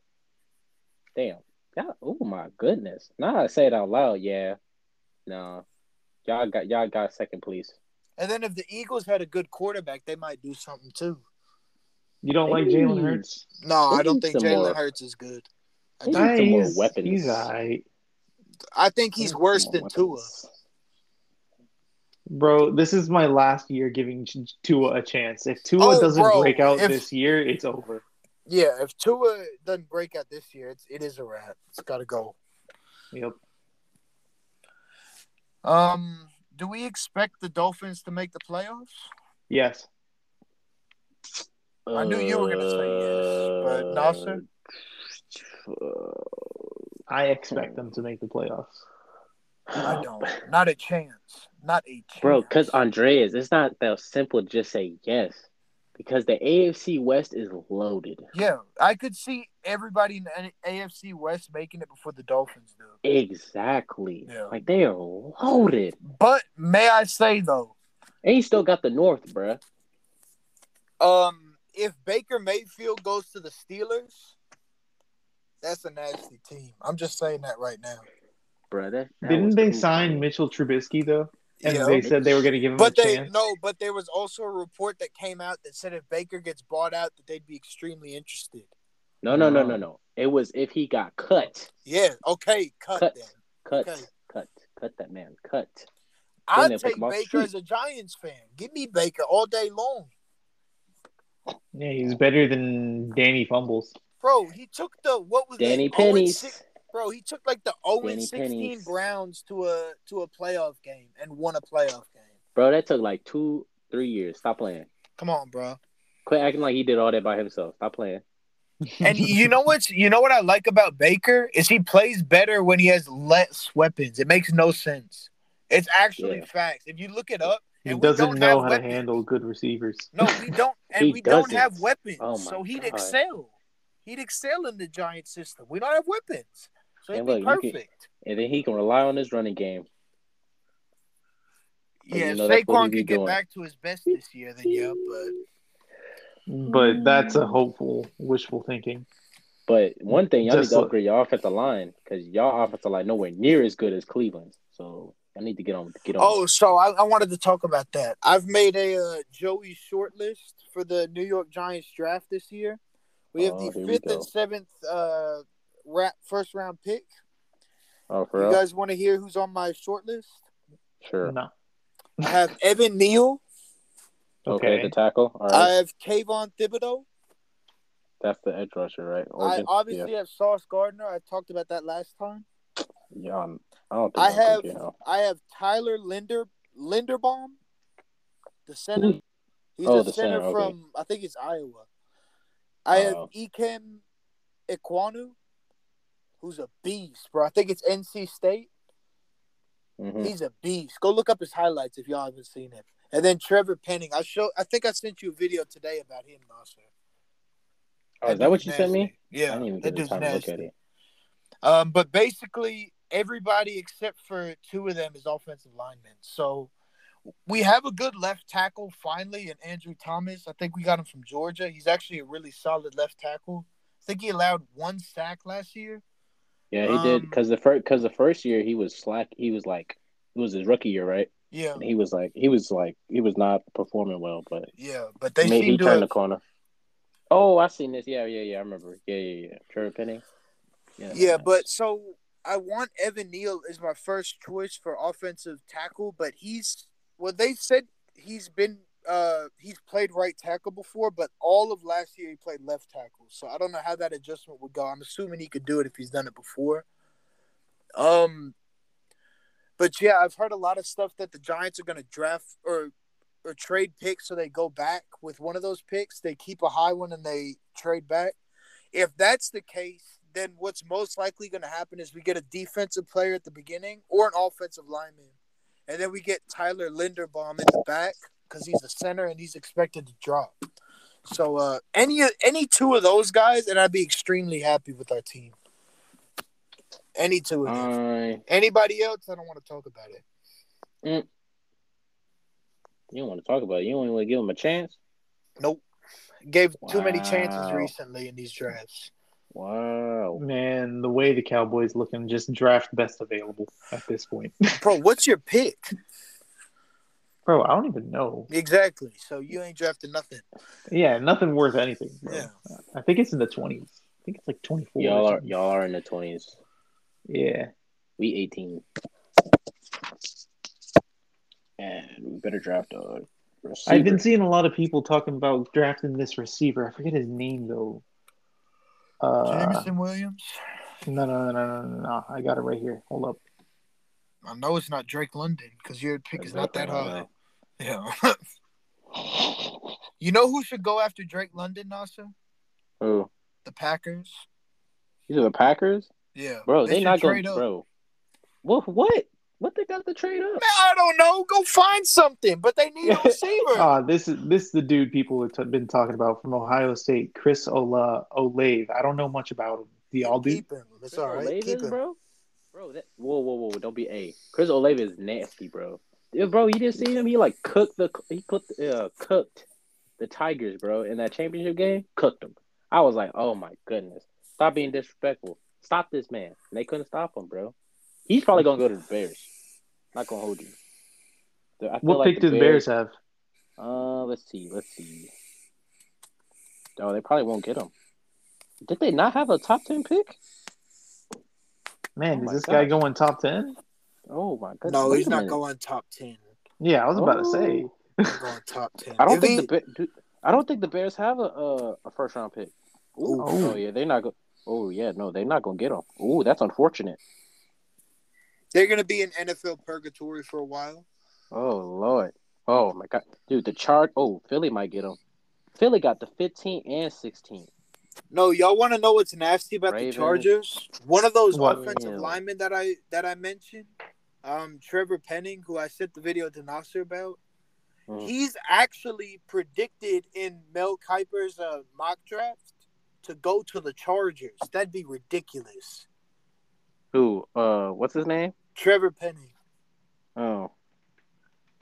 S3: Damn. God, oh my goodness. Now I say it out loud. Yeah. No. Y'all got y'all got second place.
S1: And then if the Eagles had a good quarterback, they might do something too.
S2: You don't like Jalen
S3: Hey.
S2: Hurts?
S1: No,
S3: They
S1: I don't
S3: need
S1: think
S3: some
S1: Jalen
S3: more.
S1: Hurts is good. I,
S3: They
S1: do-
S3: need some more
S2: Nice.
S3: weapons.
S2: He's alright.
S1: I think he's worse than Tua.
S2: Bro, this is my last year giving Ch- Tua a chance. If Tua
S1: Oh,
S2: doesn't
S1: bro,
S2: break out
S1: if-
S2: this year, it's over.
S1: Yeah, if Tua doesn't break out this year, it's, it is a wrap. It's got to go.
S2: Yep.
S1: Um, do we expect the Dolphins to make the playoffs?
S2: Yes.
S1: I knew you were gonna say yes, but
S3: Uh, *sighs*
S1: Nasser?
S2: I expect them to make the playoffs.
S1: I don't. Not a chance. Not a chance.
S3: Bro, because Andreas, it's not that simple to just say yes. Because the AFC West is loaded.
S1: Yeah, I could see everybody in the AFC West making it before the Dolphins do.
S3: Exactly.
S1: Yeah.
S3: Like they are loaded.
S1: But may I say though,
S3: And you still got the North, bruh.
S1: um, if Baker Mayfield goes to the Steelers, that's a nasty team. I'm just saying that right now.
S3: Bruh, that, that
S2: Didn't
S3: was
S2: they
S3: cool.
S2: sign Mitchell Trubisky though? And
S1: Yeah.
S2: they said they were going to give him
S1: But
S2: a
S1: they
S2: chance.
S1: no, but there was also a report that came out that said if Baker gets bought out, that they'd be extremely interested.
S3: No, no, no, no, no. It was if he got cut.
S1: Yeah. Okay. Cut,
S3: Cut.
S1: then.
S3: Cut.
S1: Okay.
S3: Cut. Cut that man. Cut.
S1: I
S3: they'll pick
S1: take
S3: him off the
S1: Baker
S3: street.
S1: as a Giants fan. Give me Baker all day long,
S2: Yeah, he's better than Danny Fumbles.
S1: bro. He took the what was
S3: Danny
S1: that, 0 and
S3: Pennies.
S1: six- Bro, he took like the 0 and
S3: Danny
S1: 16
S3: Pennies.
S1: Browns to a to a playoff game and won a playoff game.
S3: Bro, that took like two, three years. Stop playing.
S1: Come on, bro.
S3: Quit acting like he did all that by himself. Stop playing.
S1: And
S2: *laughs*
S1: you know what's you know what I like about Baker is he plays better when he has less weapons. It makes no sense. It's actually
S3: Yeah.
S1: facts. If you look it up,
S2: He
S1: and we
S2: doesn't
S1: don't
S2: know
S1: have
S2: how to
S1: weapons.
S2: handle good receivers.
S1: No, we don't,
S3: *laughs*
S1: and
S3: He
S1: we
S3: doesn't.
S1: don't have weapons.
S3: Oh my
S1: so he'd
S3: God.
S1: excel. He'd excel in the Giant system. We don't have weapons, so it'd
S3: And
S1: be
S3: look, you can-
S1: perfect.
S3: And then he can rely on his running game. you
S1: yeah, if
S3: know that's what
S1: Saquon
S3: he'd be
S1: could get
S3: doing.
S1: back to his best this year, then yeah. But
S2: But that's a hopeful, wishful thinking.
S3: But one thing, y'all need
S2: Just
S3: to
S2: look-
S3: upgrade your offensive line because y'all offensive line nowhere near as good as Cleveland's. So I need to get on. Get on.
S1: oh, so I, I wanted to talk about that. I've made a uh, Joey short list for the New York Giants draft this year. We have
S3: Oh,
S1: the
S3: here we
S1: fifth
S3: go.
S1: and seventh uh, ra- first round pick.
S3: oh for
S1: You
S3: real?
S1: guys want to hear who's on my short list?
S3: sure.
S2: No.
S1: I
S3: *laughs*
S1: have Evan Neal.
S3: Okay.
S2: Okay.
S3: the tackle. All
S1: I
S3: right,
S1: have Kayvon Thibodeau.
S3: that's the edge rusher, right?
S1: I
S3: Oregon?
S1: obviously have Sauce Gardner. I talked about that last time.
S3: yeah. yeah I'm- I don't think
S1: I
S3: I'm gonna
S1: have
S3: get on.
S1: I have Tyler Linder Linderbaum, the center.
S3: Who-
S1: He's
S3: Oh,
S1: a
S3: the
S1: center,
S3: center, okay.
S1: from I think it's Iowa. I have
S3: Oh.
S1: Ikem Ikwanu, who's a beast, bro. I think it's NC State.
S3: Mhm.
S1: He's a beast. Go look up his highlights if y'all haven't seen him. And then Trevor Penning. I show I think I sent you a video today about him, Nasser.
S3: Oh, is that what you
S1: dude's
S3: sent me?
S1: nasty. Yeah.
S3: I didn't even
S1: that
S3: get the
S1: dude's
S3: time to look
S1: nasty.
S3: at it.
S1: Um, but basically, everybody except for two of them is offensive linemen. So we have a good left tackle finally, and Andrew Thomas. I think we got him from Georgia. He's actually a really solid left tackle. I think he allowed one sack last year.
S3: Yeah, he
S1: Um,
S3: did because the first because the first year he was slack. He was like it was his rookie year, right?
S1: Yeah,
S3: And he was like he was like he was not performing well, but
S1: yeah. But they
S3: Maybe
S1: seem
S3: he
S1: to
S3: turned
S1: have,
S3: the corner. Oh, I seen this. Yeah, yeah, yeah. I remember. Yeah, yeah, yeah. Trevor Penning.
S1: yeah. But so I want Evan Neal is my first choice for offensive tackle, but he's well. They said he's been. Uh, he's played right tackle before, but all of last year he played left tackle. So I don't know how that adjustment would go. I'm assuming he could do it if he's done it before. Um, but yeah, I've heard a lot of stuff that the Giants are going to draft or or trade picks, so they go back with one of those picks. They keep a high one and they trade back. If that's the case, then what's most likely going to happen is we get a defensive player at the beginning or an offensive lineman, and then we get Tyler Linderbaum in the back because he's a center and he's expected to drop. So uh, any any two of those guys, and I'd be extremely happy with our team. Any two of them.
S3: I
S1: Anybody else? I don't want to talk about it.
S3: you don't want to talk about it. You don't even want to give him a chance.
S1: Nope. gave too many chances
S3: Wow.
S1: recently in these drafts.
S3: Wow.
S2: Man, the way the Cowboys looking, just draft best available at this point. *laughs*
S1: Bro, what's your pick?
S2: Bro, I don't even know.
S1: Exactly. So you ain't drafted nothing.
S2: Yeah, nothing worth anything. Bro.
S1: Yeah.
S2: I think it's in the 20s. I think it's like 24. or
S3: Y'all are
S2: something.
S3: y'all are in the twenties.
S2: Yeah.
S3: We eighteen. And we better draft a receiver.
S2: I've been seeing a lot of people talking about drafting this receiver. I forget his name though. Uh,
S1: Jameson Williams.
S2: no, no, no, no, no, no, no. I got it right here. Hold up.
S1: I know it's not Drake London because your pick is not that high. Yeah. *laughs* you know who should go after Drake London, Nasa?
S3: Oh,
S1: The Packers.
S3: these are the Packers,
S1: Yeah.
S3: bro. They,
S1: should
S3: not going,
S1: trade up.
S3: bro. What? What? What they got to trade up?
S1: Man, I don't know. Go find something, but they *laughs* need a receiver.
S2: Uh, this is this is the dude people have t- been talking about from Ohio State, Chris Ola Olave. I don't know much about him. Do y'all do?
S1: Keep him. It's all right.
S3: Olave
S1: Keep
S3: is,
S1: him.
S3: bro. Bro, that, whoa, whoa, whoa! Don't be a. Chris Olave is nasty, bro. Yeah, bro, you didn't see him. He like cooked the he cooked uh, cooked the Tigers, bro, in that championship game. Cooked them. I was like, oh my goodness, stop being disrespectful. Stop this man. And they couldn't stop him, bro. He's probably gonna go to the Bears. Not gonna hold you. So I feel
S2: What
S3: like
S2: pick do the Bears have?
S3: Uh, let's see, let's see. Oh, they probably won't get him. Did they not have a top ten pick?
S2: Man,
S3: Oh
S2: is
S3: my
S2: this guy
S3: gosh.
S2: going top ten?
S3: Oh my goodness!
S1: No,
S3: wait
S1: he's
S3: a
S1: not
S3: minute.
S1: going top ten.
S2: Yeah, I was about to say.
S3: Oh.
S1: He's going top ten.
S3: I don't
S1: If
S3: think
S1: he-
S3: the Ba- do- I don't think the Bears have a a, a first round pick. Ooh.
S2: Oh.
S3: Oh yeah, they're not. Go- oh yeah, no, they're not gonna get him. Ooh, that's unfortunate.
S1: they're gonna be in NFL purgatory for a while.
S3: Oh lord. Oh my god, dude, the chart. Oh, Philly might get him. Philly got the 15 and 16.
S1: No, y'all want to know what's nasty about
S3: Ravens.
S1: the Chargers? One of those
S2: What?
S1: offensive
S3: Yeah.
S1: linemen that I that I mentioned, um, Trevor Penning, who I sent the video to Nasser about,
S3: Mm.
S1: he's actually predicted in Mel Kiper's uh, mock draft to go to the Chargers. That'd be ridiculous.
S3: Who? Uh, what's his name?
S1: Trevor Penning.
S3: Oh,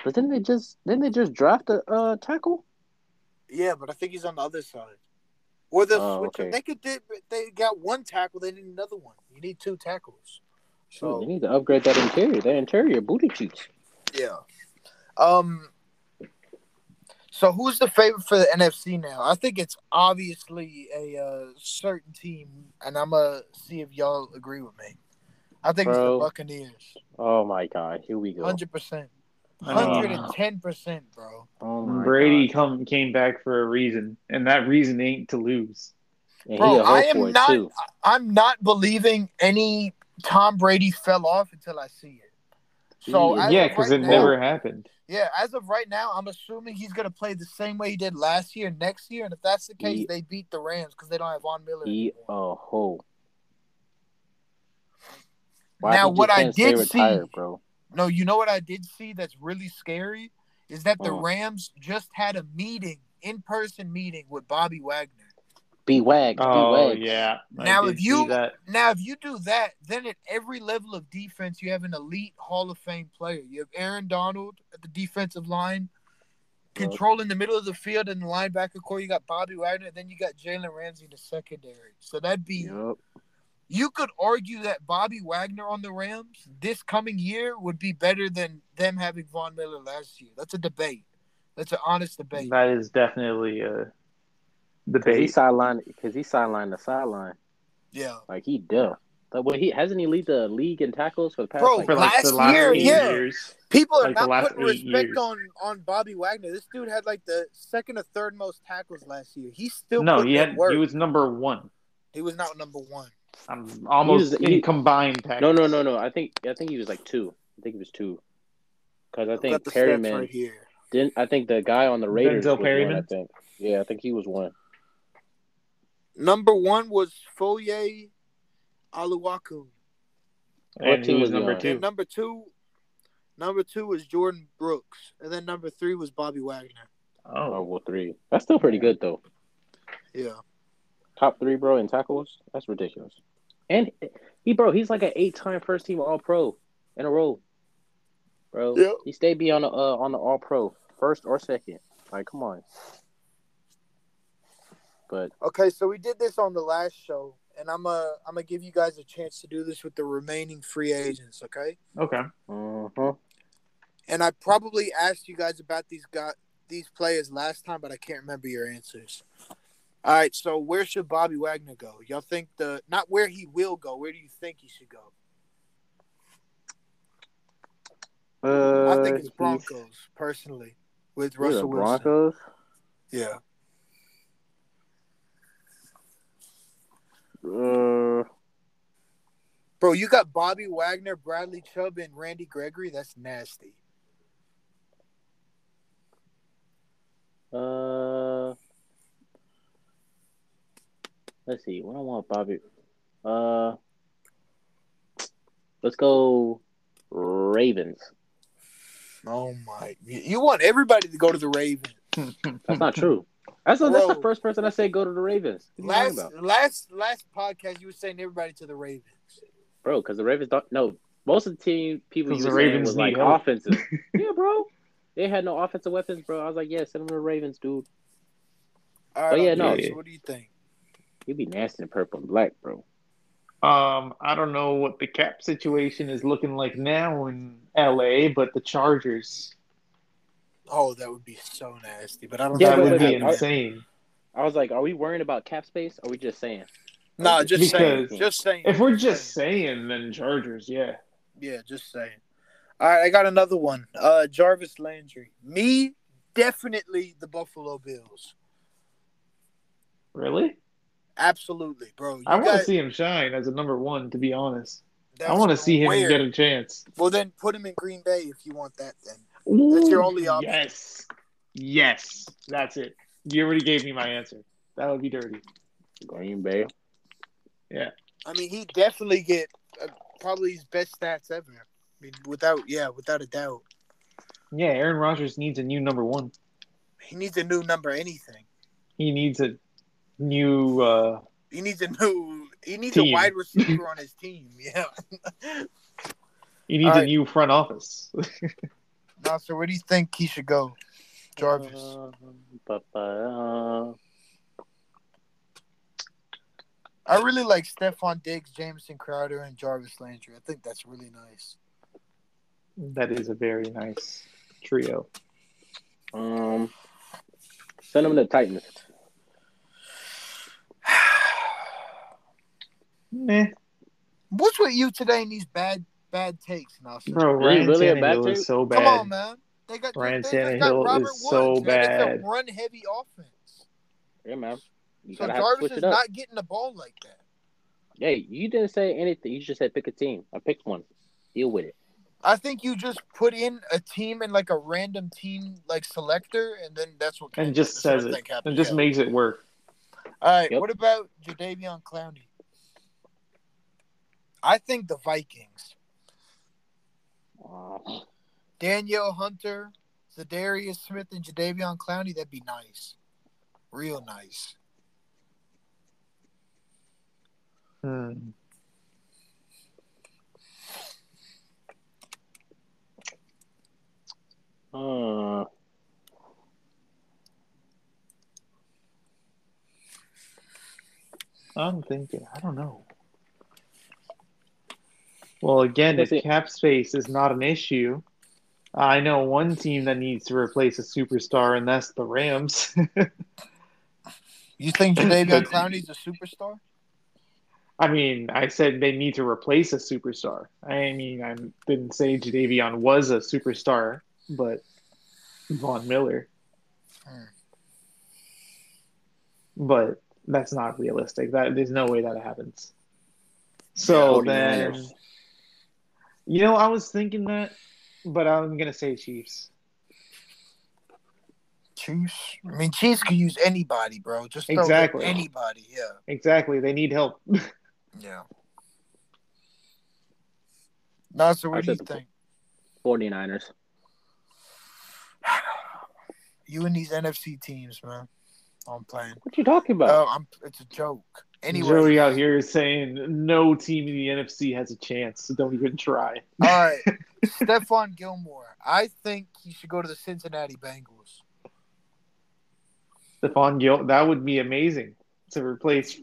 S3: but didn't they just didn't they just draft a uh tackle?
S1: Yeah, but I think he's on the other side. Or they'll
S3: Oh,
S1: switch him.
S3: okay.
S1: They could did they got one tackle, they need another one. You need two tackles.
S3: Shoot,
S1: So
S3: they Oh, need to upgrade that interior. That interior booty cheeks.
S1: Yeah. Um. So who's the favorite for the NFC now? I think it's obviously a uh, certain team, and I'm gonna see if y'all agree with me. I think it's the
S3: Bro.
S1: Buccaneers,
S3: Oh my god, here we go.
S1: hundred percent,
S2: Uh,
S1: hundred and ten percent, bro.
S3: Oh my
S2: Brady
S3: God.
S2: come came back for a reason, and that reason ain't to lose.
S3: And
S1: Bro,
S3: he a
S1: I
S3: hoe
S1: am
S3: for it,
S1: not-
S3: too.
S1: I'm not believing any Tom Brady fell off until I see it. So
S3: Yeah,
S1: as
S2: Yeah,
S1: of
S2: because
S1: right
S2: it
S1: now-
S2: never happened.
S1: Yeah, as of right now, I'm assuming he's gonna play the same way he did last year, next year, and if that's the case,
S3: Ye-
S1: they beat the Rams because they don't have Von Miller.
S3: He
S1: anymore.
S3: a hoe.
S1: Now,
S3: think you
S1: what I
S3: can't stay
S1: did see-
S3: retired, bro.
S1: No, you know what I did see that's really scary is that the
S3: Mm.
S1: Rams just had a meeting, in person meeting with Bobby Wagner.
S3: Be wagged. be
S2: Oh
S3: wagged.
S2: yeah. I
S1: Now,
S2: did
S1: if you-
S2: see that.
S1: Now, if you do that, then at every level of defense, you have an elite Hall of Fame player. You have Aaron Donald at the defensive line,
S3: Yep.
S1: controlling the middle of the field and the linebacker core. You got Bobby Wagner, then you got Jalen Ramsey in the secondary. So that'd be.
S3: Yup.
S1: you could argue that Bobby Wagner on the Rams this coming year would be better than them having Von Miller last year. That's a debate. That's an honest debate.
S2: That is definitely a
S3: Cause he
S2: debate.
S3: sideline. Cause he sideline the sideline.
S1: Yeah.
S3: Like he deaf. Like, well, he hasn't he lead the league in tackles for the past.
S1: Bro,
S3: like,
S2: For like the
S1: Last
S2: last
S1: year,
S2: eight
S1: yeah.
S2: years.
S1: People are
S2: Like the
S1: not
S2: last
S1: putting
S2: eight
S1: respect
S2: years.
S1: on on Bobby Wagner. This dude had like the second or third most tackles last year. He still
S2: No,
S1: put
S2: he
S1: in
S2: had
S1: work.
S2: he was number one.
S1: not number one.
S2: I'm almost
S3: He was-
S2: in
S3: he-
S2: combined tackles.
S3: no, no, no, no. I think I think he was like two. I think he was two. Cause I
S1: I've got
S3: think
S1: the
S3: Perryman.
S1: stats right here.
S3: Didn't I think the guy on the Raiders
S2: Denzel
S3: was one, I
S2: Perryman?
S3: think. Yeah, I think he was one.
S1: Number one was Foye Aluwaku.
S2: And he
S3: team
S2: was
S3: was he
S2: number
S3: on?
S1: Then
S2: two.
S1: number two, number two was Jordan Brooks, and then number three was Bobby Wagner.
S3: Oh,
S2: Oh,
S3: well, three. That's still pretty good though.
S1: Yeah,
S3: Top three, bro, in tackles. That's ridiculous. And he, bro, he's like an eight-time first-team All-Pro in a row, bro.
S1: Yep.
S3: He stayed be on the uh, on the All-Pro, first or second. Like, come on. But
S1: Okay, so we did this on the last show, and I'm uh, I'm gonna give you guys a chance to do this with the remaining free agents. Okay,
S2: Okay.
S3: uh-huh.
S1: and I probably asked you guys about these guys, these players last time, but I can't remember your answers. All right, so where should Bobby Wagner go? Y'all think the not where he will go. Where do you think he should go? I
S3: Uh,
S1: think it's Broncos personally with
S3: You're the
S1: Russell Wilson.
S3: Broncos.
S1: Yeah,
S3: Uh,
S1: bro, you got Bobby Wagner, Bradley Chubb, and Randy Gregory. That's nasty.
S3: uh, let's see. What I want, Bobby. Uh, let's go Ravens.
S1: Oh my! You you want everybody to go to the Ravens.
S3: That's
S2: *laughs*
S3: not true. That's, that's the
S1: Bro.
S3: first person I said go to the Ravens. What are you talking
S1: Last
S3: about?
S1: last last podcast, you were saying everybody to the Ravens.
S3: bro. Because the Ravens don't. No, most of the team people you
S2: 'Cause
S3: was
S2: the
S3: saying
S2: Ravens
S3: was
S2: need
S3: like
S2: help. *laughs*
S3: offensive. yeah, bro. They had no offensive weapons, bro. I was like, yeah, send them to the Ravens, dude.
S1: All right,
S3: Oh, yeah,
S1: I'm
S3: no.
S1: curious, what do you think?
S3: You'd be nasty in purple and black, bro.
S2: Um, I don't know what the cap situation is looking like now in LA, but the Chargers
S1: Oh, that would be so nasty. But I don't.
S3: Yeah,
S1: think
S2: that
S3: but-
S2: would
S1: that
S2: be
S3: but-
S1: happens.
S2: insane.
S3: I was like, are we worrying about cap space? Or are we just saying?
S1: Nah, just saying.
S2: Because-
S1: Just saying.
S2: If we're just saying, then Chargers, yeah.
S1: Yeah, just saying. All right, I got another one. Uh, Jarvis Landry. Me, definitely the Buffalo Bills.
S2: Really?
S1: Absolutely, bro. You
S2: I want to
S1: guys-
S2: see him shine as a number one. To be honest, I
S1: that's
S2: want to see him
S1: weird.
S2: get a chance.
S1: Well, then put him in Green Bay if you want that. Then
S2: That's
S1: your only option.
S2: Yes, yes, that's it. You already gave me my answer. That would be dirty.
S3: Green Bay.
S1: I mean, he definitely get uh, probably his best stats ever. I mean, without yeah, without a doubt.
S2: Yeah, Aaron Rodgers needs a new number one.
S1: He needs a new number. Anything.
S2: He needs a new. uh
S1: He needs a new. He needs a
S2: Team.
S1: wide receiver on his team. *laughs* Yeah.
S2: He needs
S1: Alright.
S2: a new front office. *laughs*
S1: Now, so where do you think he should go, Jarvis?
S2: Uh,
S3: Ba-ba-da.
S1: I really like Stephon Diggs, Jameson Crowder, and Jarvis Landry. I think that's really nice. *sighs*
S2: that is a very nice trio.
S3: Um, send them to Titans.
S2: Meh,
S1: What's with you today in these bad bad takes, Nelson?
S2: bro.
S3: Is he
S2: Ryan
S3: really a bad
S2: Tannehill
S3: dude?
S2: is so bad.
S1: Come on, man. They got they
S2: Ryan
S1: just got
S2: Tannehill
S1: Robert
S2: is so
S1: Woods, man. It's
S2: bad.
S1: a run heavy offense.
S3: Yeah, man. You
S1: So
S3: gotta have to
S1: Jarvis
S3: switch
S1: is
S3: it up.
S1: not getting the ball like that.
S3: Hey, you didn't say anything. You just said pick a team. I picked one. Deal with it.
S1: I think you just put in a team and like a random team like selector, and then that's what
S2: And just
S1: that's what I
S2: says it.
S1: think happened,
S2: And just
S1: yeah.
S2: makes it work.
S1: All right.
S3: Yep.
S1: What about Jadavion Clowney? I think the Vikings.
S3: Uh,
S1: Danielle Hunter, Zadarius Smith, and Jadavion Clowney. That'd be nice. Real nice.
S2: Hmm.
S3: uh,
S2: I'm thinking. I don't know. Well, again, if
S3: Let's see.
S2: cap space is not an issue, I know one team that needs to replace a superstar, and that's the Rams. *laughs*
S1: You
S2: *clears throat*
S1: think Jadavion Clowney's a superstar?
S2: I mean, I said they need to replace a superstar. I mean, I didn't say Jadavion was a superstar, but Von Miller.
S1: Hmm.
S2: But that's not realistic. That there's no way that happens. So
S3: Yeah,
S2: then,
S3: 49ers.
S2: you know, I was thinking that, but I'm gonna say Chiefs.
S1: Chiefs. I mean, Chiefs could use anybody, bro. Just throw
S2: Exactly.
S1: anybody. Yeah.
S2: Exactly, they need help.
S1: Yeah. Nasser,
S3: I
S1: what do you
S3: said the-
S1: think?
S3: 49ers.
S1: You and these NFC teams, man. I'm playing.
S3: What you talking about?
S1: Oh, I'm. It's a joke. Anyway,
S2: Joey out here is saying no team in the NFC has a chance. So don't even try.
S1: all right. Stephon Gilmore. I think he should go to the Cincinnati Bengals.
S2: Stephon Gil, that would be amazing to replace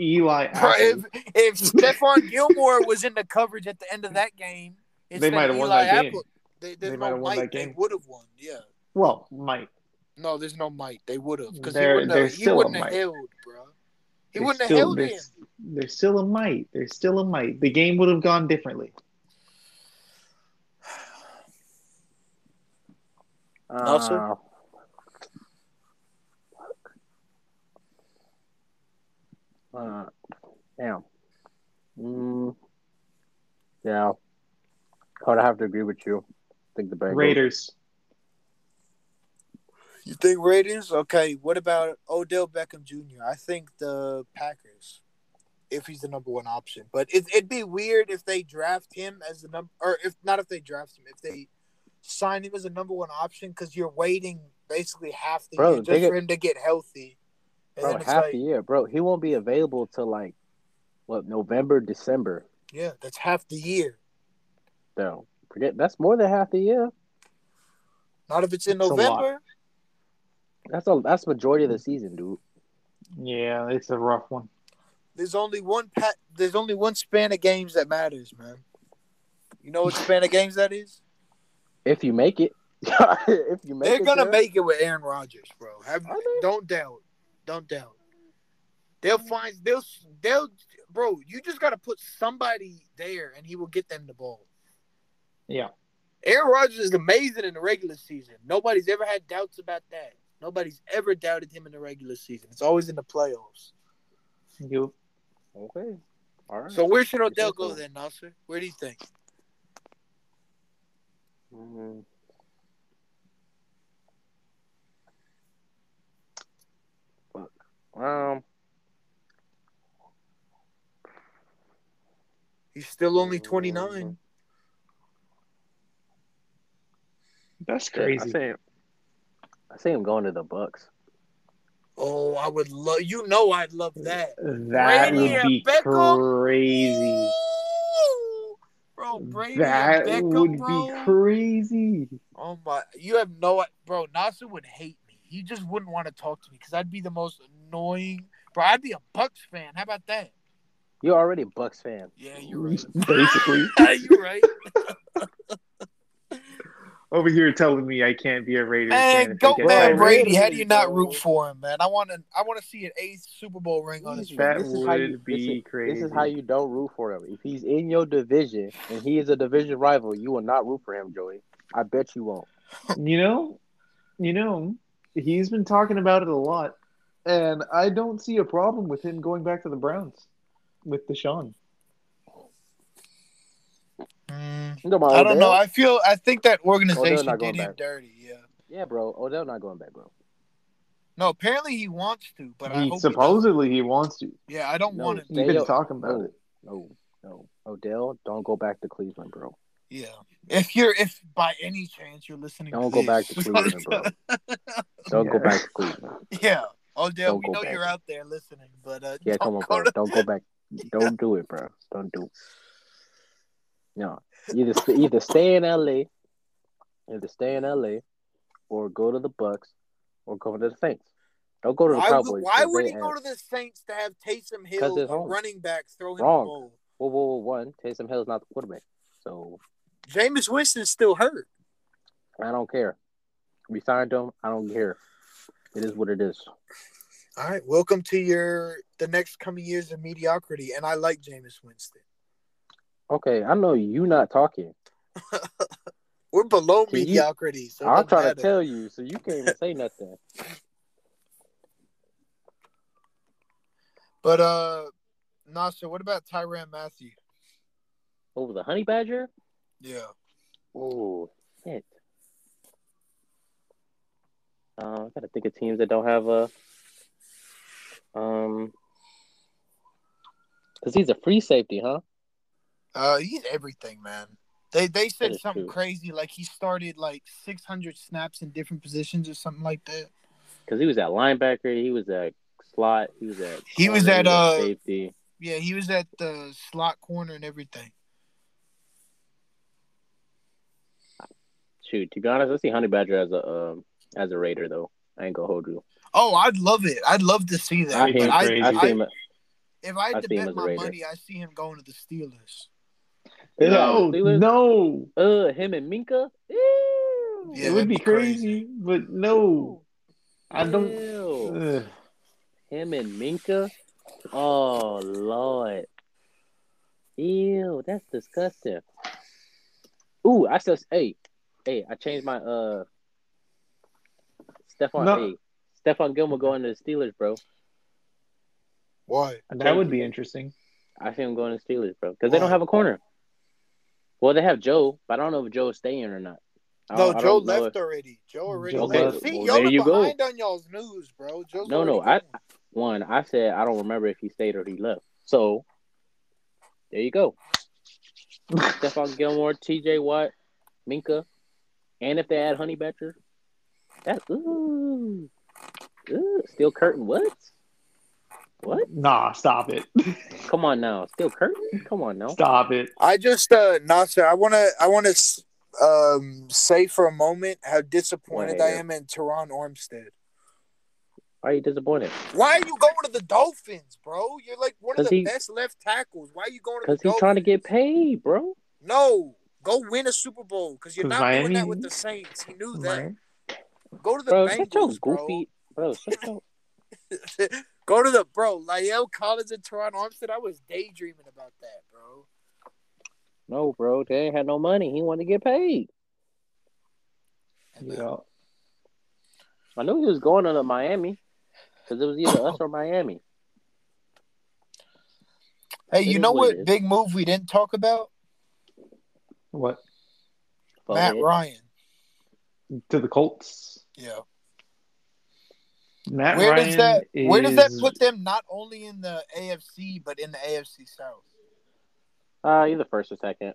S2: Eli.
S1: Bro, if
S2: Apple.
S1: if Stephon Gilmore was in the coverage at the end of that game,
S2: They might have won that game.
S1: They,
S2: They
S1: there's
S2: might
S1: no
S2: have won
S1: might.
S2: that
S1: They
S2: game.
S1: would have won. Yeah.
S2: Well, Mike,
S1: No, there's no might. They would have because he
S2: There-
S1: wouldn't have.
S2: there's
S1: He
S2: still a
S1: wouldn't have
S2: might.
S1: held, bro. He
S2: there's
S1: wouldn't have
S2: still-
S1: held him.
S2: there's- There's still a might. There's still a might. The game would have gone differently.
S1: Nelson?
S3: Uh, uh, damn. Mm, yeah. I would have to agree with you. I think the Bengals.
S2: Raiders.
S1: You think Raiders? Okay. What about Odell Beckham Jr.? I think the Packers, if he's the number one option. But it, it'd be weird if they draft him as the number, or if not, if they draft him, if they sign him as a number one option, because you're waiting basically half the
S3: Bro,
S1: year
S3: they
S1: just
S3: get-
S1: for him to get healthy. And
S3: Bro,
S1: then it's
S3: half
S1: like,
S3: the year, bro. He won't be available till like what November, December.
S1: yeah, that's half the year.
S3: Though, forget that's more than half the year.
S1: Not if it's in
S2: It's a lot.
S1: November.
S3: That's a that's majority of the season, dude.
S2: Yeah, it's a rough one.
S1: There's only one pat. There's only one span of games that matters, man. You know what span of games that is?
S3: If you make it, *laughs* if you make
S1: They're
S3: it,
S1: gonna
S3: Jared.
S1: make it with Aaron Rodgers, bro. Have,
S3: Are they?
S1: don't doubt. Don't doubt. They'll find. They'll. They'll. Bro, you just gotta put somebody there, and he will get them the ball.
S2: Yeah.
S1: Aaron Rodgers is amazing in the regular season. Nobody's ever had doubts about that. Nobody's ever doubted him in the regular season. It's always in the playoffs.
S2: You
S3: Okay, all right.
S1: So where should Odell
S3: think
S1: go
S3: so?
S1: then, Nasser? Where do you think?
S3: Mm. Fuck. Um,
S1: He's still only twenty nine.
S2: that's
S3: I
S2: crazy.
S3: see him. I see him going to the Bucks.
S1: Oh, I would love. You know, I'd love that.
S2: That
S1: Brady
S2: would
S1: and
S2: be
S1: Beckham?
S2: crazy.
S1: Ooh, Bro, Brady
S2: that
S1: and Beckham,
S2: would
S1: bro. *laughs*
S2: be crazy.
S1: Oh my! You have no, bro. Nasser would hate me. He just wouldn't want to talk to me because I'd be the most annoying. Bro, I'd be a Bucks fan. How about that?
S3: You're already a Bucks fan.
S1: Yeah, you're
S2: *laughs*
S1: right.
S2: Basically,
S1: you're right.
S2: over here telling me I can't be a Raiders fan.
S1: Man,
S2: if
S1: go
S2: they get
S1: man,
S2: fired.
S1: Brady. How do you not
S3: bro.
S1: root for him, man? I want to. I want to see an eighth Super Bowl ring on his
S3: Easy.
S1: finger.
S2: That
S3: This is how
S2: would
S3: you-
S2: be
S3: this
S2: crazy.
S3: This is how you don't root for him. If he's in your division and he is a division rival, you will not root for him, Joey. I bet you won't.
S2: you know, you know, he's been talking about it a lot, and I don't see a problem with him going back to the Browns with Deshaun.
S1: Mm,
S3: You
S2: Oh,
S3: know about
S1: I don't
S3: Odell?
S1: know. I feel. I think that
S3: Odell
S1: organization
S3: not
S1: did
S3: going
S1: him
S3: back.
S1: dirty. Yeah.
S3: Yeah, bro. Odell not going back, bro.
S1: No, apparently he wants to, but I
S2: he
S1: hope He
S2: supposedly he wants to.
S1: doesn't. yeah, I don't
S3: No.
S1: want him.
S2: He's
S3: They
S2: been
S3: don't-
S2: talking about
S3: No,
S2: it.
S3: no, no. Odell, don't go back to Cleveland, bro.
S1: Yeah. If you're, if by any chance you're listening,
S3: Don't
S1: to
S3: go back
S1: *laughs*
S3: to
S1: this,
S3: Cleveland, bro. Don't go
S2: Yeah.
S3: back to Cleveland.
S1: yeah, Odell,
S3: Don't
S1: we
S3: go
S1: know
S3: back.
S1: you're out there listening, but uh,
S3: Yeah, come on,
S1: don't go
S3: bro.
S1: to-
S3: Don't go back. Don't do it, bro. Don't do. It. No, either st- either stay in L.A. Either stay in L.A. or go to the Bucks or go to the Saints. Don't go to the
S1: why,
S3: Cowboys.
S1: would, why
S3: 'cause
S1: would
S3: they
S1: he go
S3: ass.
S1: to the Saints to have Taysom
S3: 'Cause
S1: Hill,
S3: it's
S1: a
S3: home.
S1: running back, throw him the
S3: Wrong.
S1: ball?
S3: Whoa, whoa, whoa, one. Taysom Hill's not the quarterback, so
S1: Jameis Winston's still hurt.
S3: I don't care. We signed him. I don't care. It is what it is.
S1: All right, welcome to your the next coming years of mediocrity, and I like Jameis Winston.
S3: Okay, I know you not talking.
S1: We're below
S3: Can you-
S1: mediocrity, so it
S3: I'm
S1: doesn't
S3: trying to
S1: matter.
S3: tell you, so you can't even say nothing.
S1: But uh, Nasha, what about Tyran Matthew?
S3: What was a honey badger?
S1: Yeah,
S3: Oh, shit. Uh, I gotta think of teams that don't have a. Um, because he's a free safety, huh?
S1: Uh, he's everything, man. They they
S3: That
S1: said
S3: is
S1: something
S3: true.
S1: crazy like he started like 600 snaps in different positions or something like that.
S3: Because he was at linebacker, he was at slot, he was at
S1: He was
S3: corner,
S1: at,
S3: he
S1: uh,
S3: safety.
S1: Yeah, he was at the slot corner and everything.
S3: Shoot, to be honest, I see honey badger as a um as a Raider though. I ain't gonna hold you.
S1: Oh, I'd love it. I'd love to see that.
S3: I
S1: But
S3: hate
S1: I,
S2: crazy.
S3: I see
S1: I-
S3: him.
S1: if I had
S3: I
S1: to
S3: see him
S1: bet
S3: as a
S1: my
S3: Raider.
S1: money, I see him going to the Steelers.
S2: No,
S3: Steelers?
S2: no.
S3: Uh, him and Minka.
S1: Yeah,
S3: Ew.
S2: it
S1: that'd
S2: would be
S1: be crazy.
S2: crazy, but no. I don't.
S3: Ew.
S2: Ugh.
S3: Him and Minka. Oh Lord. Ew, that's disgusting. Ooh, I still hey, hey, I changed my uh Stefan
S2: No.
S3: hey. Stefan Gilmore going to the Steelers, bro.
S1: Why?
S2: That would be interesting.
S3: I see him going to the Steelers, bro. Because they don't
S1: Why?
S3: have a corner. Well, they have Joe, but I don't know if Joe's staying or not. I
S1: No,
S3: don't- I
S1: Joe
S3: don't know if-
S1: left already. Joe already
S2: Joe
S1: left.
S2: left.
S1: See,
S3: Well,
S1: y'all
S3: there
S1: are
S3: you go.
S1: behind on y'all's news, bro. Joe's
S3: No, no,
S1: already gone.
S3: One, I said I don't remember if he stayed or he left. So there you go. Stephon Gilmore, TJ Watt, Minka, and if they add Honey Badger, that's ooh, ooh, still curtain. What? What?
S2: Nah, stop it.
S3: Come on now, still curtain. Come on
S2: *laughs*
S3: now.
S2: Stop it.
S1: I just uh Nasser, I wanna I wanna s- um say for a moment how disappointed I
S3: Wait.
S1: am in Teron Armstead.
S3: Why are you disappointed?
S1: Why are you going to the Dolphins, bro? You're like one of
S3: 'Cause
S1: the
S3: he-
S1: best left tackles. Why are you going to the
S3: Because
S1: Dolphins?
S3: he's trying to get paid, bro.
S1: No, go win a Super Bowl because you're
S2: 'Cause
S1: not doing that
S2: Miami-
S1: with the Saints. He knew that.
S2: Right.
S1: Go to the
S3: Bro, shut your
S1: Bengals, bro.
S3: goofy. Bro, shut your.
S1: Go to the bro. Lyell Collins and Teron Armstead. I was daydreaming about that, bro.
S3: No, bro, they ain't had no money. He wanted to get paid.
S2: Yeah.
S3: I knew he was going to Miami because it was either us or Miami.
S1: Hey,
S3: It
S1: you
S3: is
S1: know
S3: what it
S1: what
S3: is.
S1: big move we didn't talk about?
S2: What
S1: Matt
S3: Fuck.
S1: Ryan.
S2: to the Colts?
S1: Yeah.
S2: Matt
S1: where
S2: Ryan
S1: does that where does that
S2: is-
S1: put them not only in the AFC but in the AFC South?
S3: Uh, either first or second.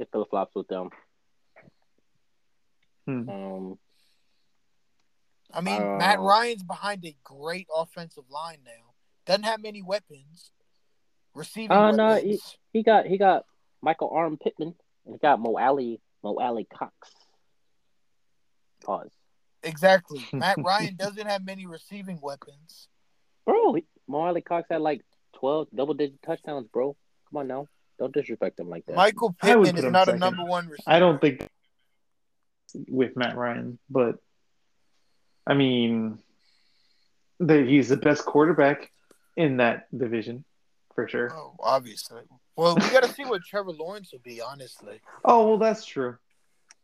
S3: It flip flops with them.
S2: Hmm.
S3: Um,
S1: I mean,
S3: Uh,
S1: Matt
S2: Oh.
S1: Ryan's behind a great offensive line now. Doesn't have many weapons. Receiving
S3: Uh,
S1: weapons.
S3: no, he got he got Michael Arm Pittman and he got Mo Ali Mo Ali Cox. Pause,
S2: *laughs*
S1: Exactly. Matt Ryan doesn't have many receiving weapons.
S3: bro. he- Mo Ali Cox had like twelve double digit touchdowns, bro. Come on now, don't disrespect him like that.
S1: Michael
S2: I would
S1: Pittman
S2: put
S1: is
S2: him
S1: not a
S2: second.
S1: number one receiver.
S2: I don't think with Matt Ryan, but I mean, that he's the best quarterback in that division for sure.
S1: Oh, obviously. Well, we got to see what Trevor Lawrence will be, honestly.
S2: Oh well, that's true.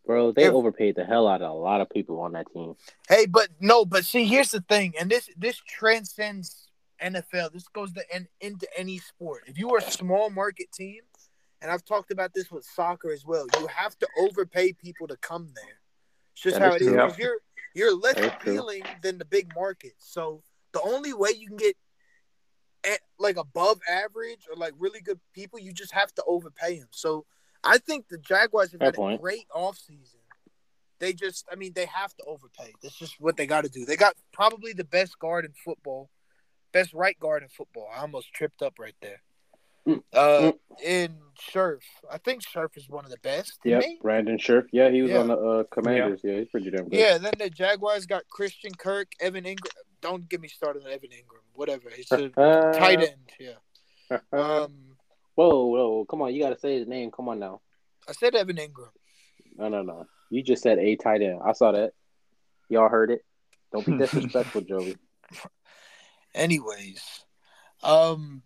S3: Bro, they
S1: If-
S3: overpaid the hell out of a lot of people on that team.
S1: Hey, but no, but see, here's the thing, and this this transcends NFL. This goes to en- into any sport. If you are a small market team, and I've talked about this with soccer as well, you have to overpay people to come there. It's just
S3: That
S1: how
S3: is
S1: it is.
S2: true.
S1: 'cause You're you're less
S3: That is true.
S1: appealing than the big markets. So the only way you can get at, like above average or like really good people, you just have to overpay them. So I think the Jaguars have
S3: Fair
S1: had
S3: point.
S1: a great offseason. They just, I mean, they have to overpay. That's just what they got to do. They got probably the best guard in football, best right guard in football. I almost tripped up right there.
S3: Mm.
S1: Uh,
S3: Mm.
S1: in Scherf, I think Scherf is one of the best.
S3: Yep,
S1: Me?
S3: Brandon Scherf. Yeah, he was
S1: Yeah.
S3: on the uh, Commanders. Yeah. he's pretty damn good. *laughs*
S1: Yeah. Then the Jaguars got Christian Kirk, Evan Ingram. Don't get me started on Evan Ingram. Whatever. He's a
S3: Uh,
S1: tight end. Yeah. Um,
S3: Whoa, whoa, come on! You gotta say his name. Come on now.
S1: I said Evan Ingram.
S3: No, no, no. You just said a tight end. I saw that. Y'all heard it.
S2: *laughs*
S3: Don't be disrespectful, Joey.
S1: Anyways, um,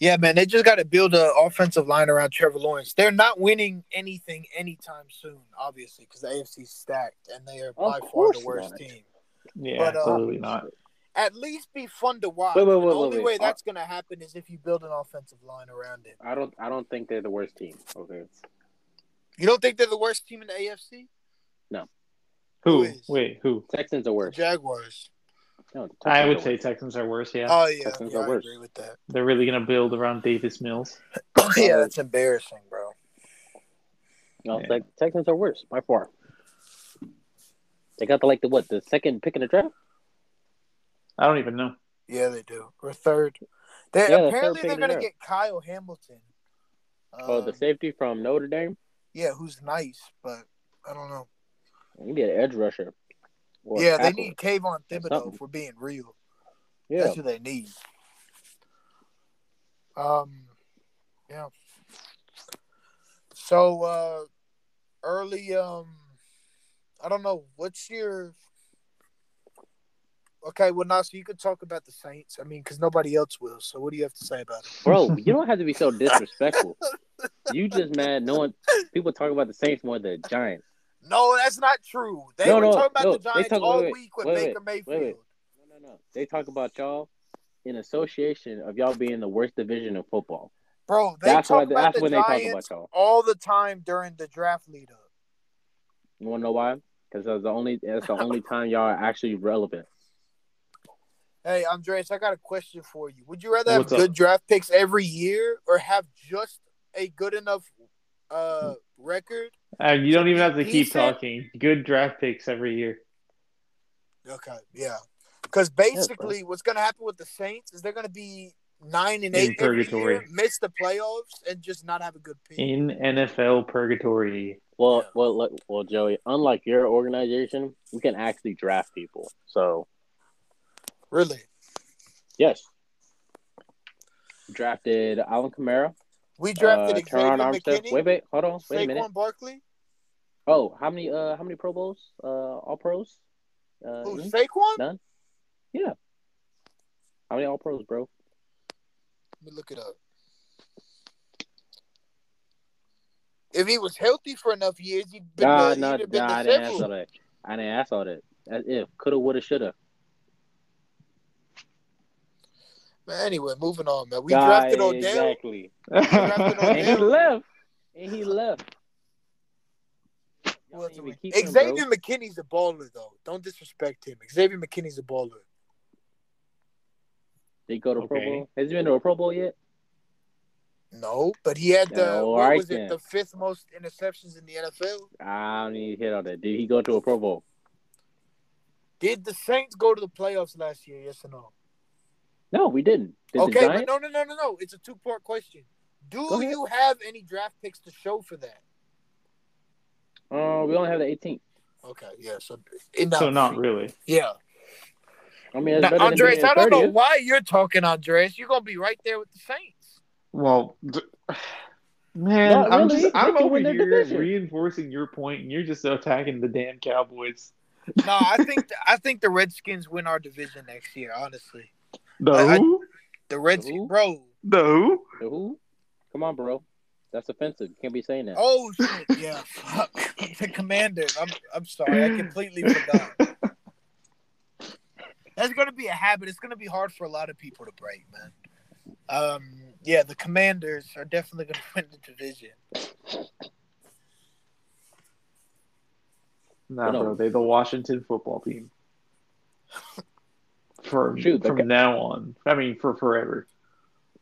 S1: yeah, man, they just got to build an offensive line around Trevor Lawrence. They're not winning anything anytime soon, obviously, because the AFC's stacked and they are by far the
S3: course
S1: worst
S3: not.
S1: team.
S2: Yeah,
S1: But, uh,
S2: absolutely not.
S1: At least be fun to watch.
S3: Wait, wait, wait,
S1: the only
S3: wait, Uh,
S1: way
S3: wait.
S1: that's going to happen is if you build an offensive line around it.
S3: I don't. I don't think they're the worst team. Okay.
S1: You don't think they're the worst team in the AFC? who
S2: Who?
S1: is?
S2: Wait, who?
S3: Texans are
S1: The
S3: worse.
S1: Jaguars.
S3: No, the Texans
S2: I
S3: are
S2: would say
S3: worse.
S2: Texans are worse. Yeah,
S1: Oh, yeah.
S3: Texans
S1: yeah
S3: are
S1: I
S3: worse.
S1: agree with
S3: *coughs*
S1: that.
S2: they're really gonna build around Davis Mills.
S1: yeah, that's embarrassing, bro.
S3: No,
S2: Yeah.
S3: Tex- Texans are worse by far. They got the like the what the second pick in the draft.
S2: I don't even know.
S1: Yeah, they do. Or third. They
S3: Yeah, they're
S1: apparently
S3: third
S1: they're
S3: pick in
S1: gonna
S3: the
S1: get Kyle Hamilton.
S3: oh, the
S1: Um,
S3: safety from Notre Dame.
S1: yeah, who's nice, but I don't know.
S3: You get an edge rusher. or
S1: yeah, they
S3: Apple.
S1: need Kayvon Thibodeau
S3: Something.
S1: if we're being real.
S3: Yeah,
S1: That's who they need. Um, yeah. So uh, early. Um, I don't know. What's your? Okay, well, Nas, you could talk about the Saints. I mean, because nobody else will. So, what do you have to say about it? *laughs*
S3: bro,
S2: *laughs*
S3: you don't have to be so disrespectful. you just mad knowing people talk about the Saints more than the Giants.
S1: No, that's not true. They
S3: No,
S1: were
S3: no,
S1: talking about
S3: no,
S1: the
S3: they
S1: Giants
S3: talk-
S1: all
S3: wait, wait,
S1: week with
S3: wait,
S1: Baker
S3: wait,
S1: Mayfield.
S3: wait. No, no, no. They talk about y'all in association of y'all being the worst division of football.
S1: Bro, they
S3: That's why.
S1: talk about
S3: That's
S1: the
S3: when they talk
S1: Giants
S3: about y'all.
S1: all the time during the draft lead up.
S3: You want to know why? Because that's the only. That's the only time y'all are actually relevant.
S1: Hey, Andreas, I got a question for you. Would you rather have
S2: What's up?
S1: good draft picks every year or have just a good enough uh record?
S2: Uh, you don't even have to keep
S1: Decent.
S2: talking. Good draft picks every year.
S1: Okay, yeah. Because basically, what's going to happen with the Saints is they're going to be nine and
S2: In
S1: eight every
S2: purgatory.
S1: year, miss the playoffs, and just not have a good pick.
S2: In NFL purgatory.
S3: Well,
S1: Yeah.
S3: well, look, well, Joey. Unlike your organization, we can actually draft people. So
S1: Really,
S3: yes, drafted Alan Kamara,
S1: we
S3: uh,
S1: drafted Xavier
S3: Teron Armstead.
S1: McKinney,
S3: Wait, wait, hold on, wait a minute.
S1: Saquon Barkley.
S3: Oh, how many? Uh, how many Pro Bowls? Uh, All Pros. Uh,
S1: Who
S3: Ian?
S1: Saquon?
S3: No. how many All Pros, bro?
S1: Let me look it up. If he was healthy for enough years, he'd been,
S3: Nah,
S1: the,
S3: nah,
S1: he'd have been
S3: nah,
S1: the
S3: I didn't ask
S1: several.
S3: all that. I didn't ask all that. That's if coulda, woulda, shoulda.
S1: Man, anyway, moving on, man. We
S3: Nah,
S1: drafted Odell. *laughs*
S3: Exactly.
S1: drafted
S2: *laughs*
S3: And he
S1: Odell.
S3: left. And he left.
S1: Who else did
S3: Y'all didn't
S1: we-
S3: even keep him, bro.
S1: Xavier McKinney's a baller, though. Don't disrespect him. Xavier McKinney's a baller.
S3: Did he go to Pro
S2: Okay.
S3: Bowl? Has he been to a Pro Bowl yet?
S1: No, but he had the
S3: Yeah, all
S1: what
S3: right
S1: was it?
S3: then.
S1: The fifth most interceptions in the NFL.
S3: I don't need to hit all that. Did he go to a Pro Bowl?
S1: Did the Saints go to the playoffs last year? Yes or no?
S3: No, we didn't. Did the
S1: okay, but
S3: Giants?
S1: no, no, no, no, no. It's a two-part question. Do
S3: Go ahead.
S1: you have any draft picks to show for that?
S3: Uh, we only have the 18th.
S1: Okay, yeah. So enough.
S2: so not really.
S1: Yeah.
S3: I mean, it's
S1: Now,
S3: better
S1: Andres,
S3: than
S1: I
S3: being
S1: don't
S3: the 30th.
S1: know why you're talking, Andres. You're gonna be right there with the Saints.
S2: Well, d- man,
S3: Not
S2: I'm
S3: really.
S2: just
S3: They
S2: I'm
S3: can
S2: over
S3: win
S2: here
S3: their division.
S2: reinforcing your point, and you're just attacking the damn Cowboys.
S1: No, I think I think the Redskins win our division next year. Honestly,
S2: The
S1: I-
S2: who?
S1: the Redskins,
S3: Who?
S1: bro.
S2: The who?
S3: The Who? Come on, bro. That's offensive. You can't be saying that.
S1: Oh shit! *laughs* Yeah, fuck. The Commanders. I'm I'm sorry. I completely forgot. That's gonna be a habit. It's gonna be hard for a lot of people to break, man. Um, yeah, the Commanders are definitely gonna *laughs* win the division.
S2: Nah,
S3: No.
S2: bro, they're the Washington football team. From
S3: Shoot, the
S2: from
S3: Cow-
S2: now on, I mean, for forever.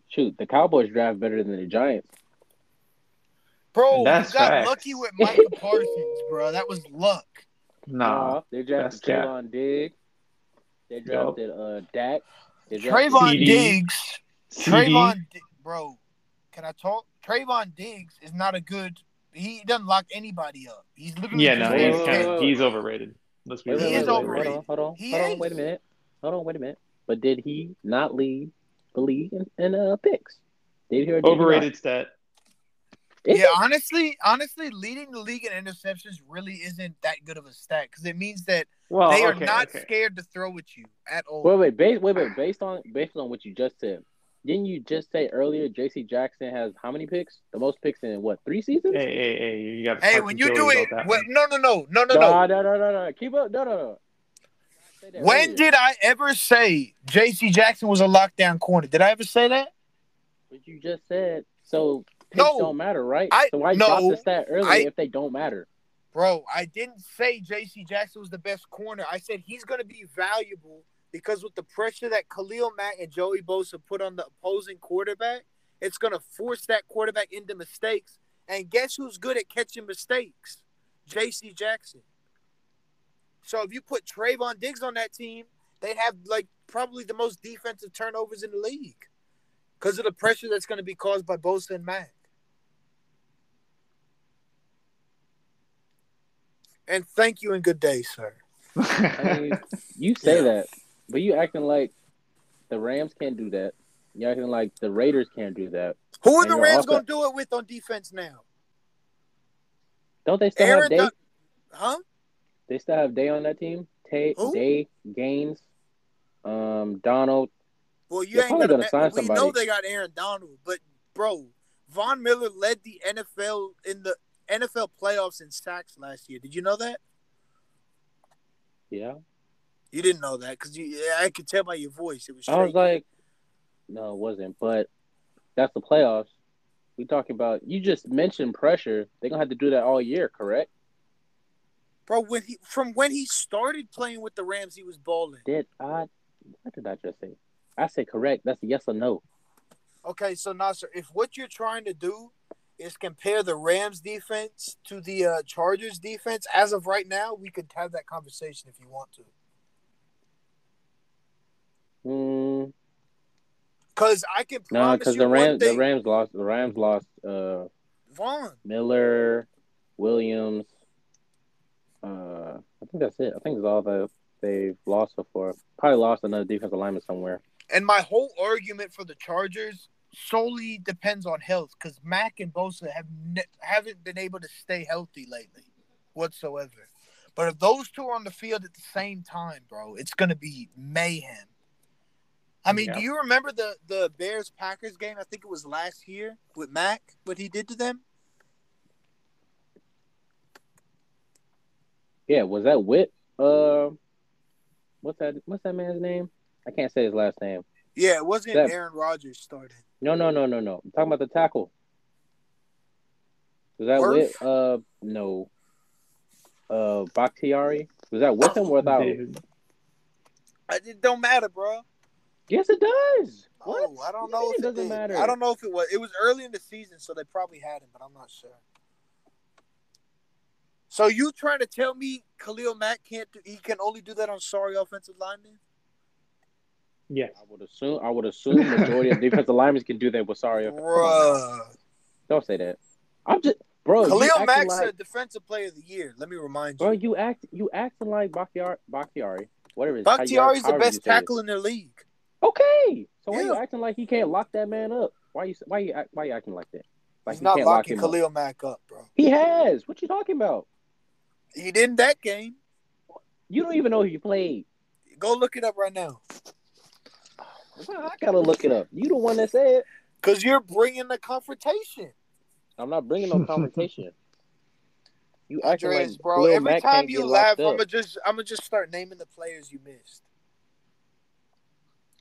S3: Shoot, the Cowboys draft better than the Giants.
S1: Bro, you got
S2: That's facts.
S1: lucky with Micah Parsons, bro. That was luck.
S2: Nah,
S3: they drafted
S2: that's cap.
S3: Trayvon Diggs. They drafted uh Dak. They drafted
S1: Trayvon
S2: CD.
S1: Diggs.
S2: CD.
S1: Trayvon, Di- bro. Can I talk? Trayvon Diggs is not a good. He doesn't lock anybody up. He's literally
S2: Yeah,
S1: just
S2: no,
S3: Wait,
S2: he's
S1: his
S3: wait,
S2: kind
S1: head.
S3: wait, wait,
S2: of,
S3: wait.
S2: he's overrated. Let's be
S3: Wait,
S2: real.
S3: wait,
S1: He
S3: wait,
S1: is
S3: wait,
S1: overrated.
S3: Hold on, hold on,
S1: He
S3: hold
S1: is.
S3: on. Wait a minute. Hold on, wait a minute. But did he not lead the league in, in uh, picks? Did he or did
S2: Overrated stat.
S3: He not? Is
S1: Yeah,
S3: it?
S1: honestly, honestly, leading the league in interceptions really isn't that good of a stat because it means that
S2: Well,
S1: they are
S2: Oh, okay,
S1: not
S2: okay.
S1: scared to throw at you at all.
S3: Wait, wait, based, wait, wait. Based on based on what you just said, didn't you just say earlier J.C. Jackson has how many picks? The most picks in what three seasons?
S2: Hey, hey, hey, you got.
S1: hey, when you do it, well, no, no, no, no, no,
S3: no,
S1: no.
S3: no, no, no, no. Keep up. No, no, no. I said that
S1: When
S3: earlier.
S1: did I ever say J.C. Jackson was a lockdown corner? Did I ever say that?
S3: But you just said so. Picks
S1: No.
S3: don't matter, right?
S1: I-
S3: so why
S1: no.
S3: drop the stat earlier
S1: I-
S3: if they don't matter?
S1: Bro, I didn't say J.C. Jackson was the best corner. I said he's going to be valuable because with the pressure that Khalil Mack and Joey Bosa put on the opposing quarterback, it's going to force that quarterback into mistakes. And guess who's good at catching mistakes? J.C. Jackson. So if you put Trayvon Diggs on that team, they have like probably the most defensive turnovers in the league because of the pressure that's going to be caused by Bosa and Mack. And thank you and good day, sir. *laughs*
S3: I mean, you say that, but you acting like the Rams can't do that. You acting like the Raiders can't do that.
S1: Who are
S3: And
S1: the
S3: your
S1: Rams
S3: offense-
S1: going to do it with on defense now?
S3: Don't they still
S1: Aaron
S3: have Day?
S1: Dun- Huh?
S3: they still have Day on that team. Tay,
S1: Who?
S3: Day, Gaines, um, Donald.
S1: Well, you
S3: They're
S1: ain't
S3: probably
S1: gonna.
S3: gonna sign
S1: we know
S3: somebody.
S1: they got Aaron Donald, but bro, Von Miller led the NFL in the NFL playoffs in sacks last year. Did you know that?
S3: Yeah,
S1: You didn't know that because you. yeah, I could tell by your voice. It was.
S3: I was
S1: shaky.
S3: like, no, it wasn't. But that's the playoffs. We talking about. You just mentioned pressure. They're gonna have to do that all year, correct?
S1: bro, when he from when he started playing with the Rams, he was balling.
S3: Did I? What did I just say? I said correct. That's a yes or no.
S1: Okay, so Nasser, if what you're trying to do is compare the Rams defense to the uh, Chargers defense, as of right now, we could have that conversation if you want to.
S3: Mm,
S1: Because I can
S3: no,
S1: promise
S3: because
S1: you
S3: the
S1: one
S3: Rams, the
S1: thing,
S3: Rams lost. The Rams lost. Uh,
S1: Vaughn.
S3: Miller, Williams. Uh, I think that's it. I think it's all that they've lost so far. Probably lost another defensive lineman somewhere.
S1: And my whole argument for the Chargers solely depends on health because Mack and Bosa have ne- haven't been able to stay healthy lately, whatsoever. But if those two are on the field at the same time, bro, it's gonna be mayhem. I mean,
S3: Yeah.
S1: do you remember the the Bears Packers game? I think it was last year with Mack. What he did to them?
S3: Yeah, was that Whit? Uh, what's that? What's that man's name? I can't say his last name.
S1: Yeah, it wasn't
S3: That-
S1: Aaron Rodgers started.
S3: No, no, no, no, no. I'm talking about the tackle. Was that
S1: Worth?
S3: Whit? Uh, no. Uh, Bakhtiari. Was that with him
S2: *laughs*
S3: or without? him?
S2: Dude,
S1: I- It don't matter, bro.
S3: *laughs* Yes, it does. What?
S1: Oh, I don't
S3: What
S1: know
S3: do you mean
S1: if it,
S3: doesn't
S1: did?
S3: matter.
S1: I don't know if it was. It was early in the season, so they probably had him, but I'm not sure. So you trying to tell me Khalil Mack can't do? He can only do that on sorry offensive linemen.
S2: yes.
S3: I would assume. I would assume majority
S1: *laughs*
S3: of defensive linemen can do that. But sorry,
S1: Bruh.
S3: Don't say that. I'm just, bro. you
S1: Khalil
S3: acting
S1: Mack's
S3: like,
S1: a defensive player of the year. Let me remind
S3: bro.
S1: you.
S3: You act, you acting like Bakhtiari, Bakhtiari, whatever. it is, how you-
S1: Bakhtiari's the
S3: however you
S1: best
S3: say it.
S1: tackle in the league.
S3: Okay, so why you
S1: Yeah.
S3: acting like he can't lock that man up? Why you, why you, act- why you acting like that? Like
S1: He's
S3: you
S1: not
S3: can't lock
S1: locking
S3: him up.
S1: Khalil Mack up, bro.
S3: He has. What you talking about?
S1: He didn't that game.
S3: You don't even know who you played.
S1: Go look it up right now.
S3: Why I gotta look it up. You the one that said.
S1: Cause you're bringing the confrontation,
S3: I'm not bringing no confrontation. You acting
S1: Andres,
S3: like
S1: bro.
S3: Lil
S1: Every
S3: Mac
S1: time
S3: can't
S1: you
S3: get locked
S1: laugh, I'm
S3: up.
S1: gonna just I'm gonna just start naming the players you missed.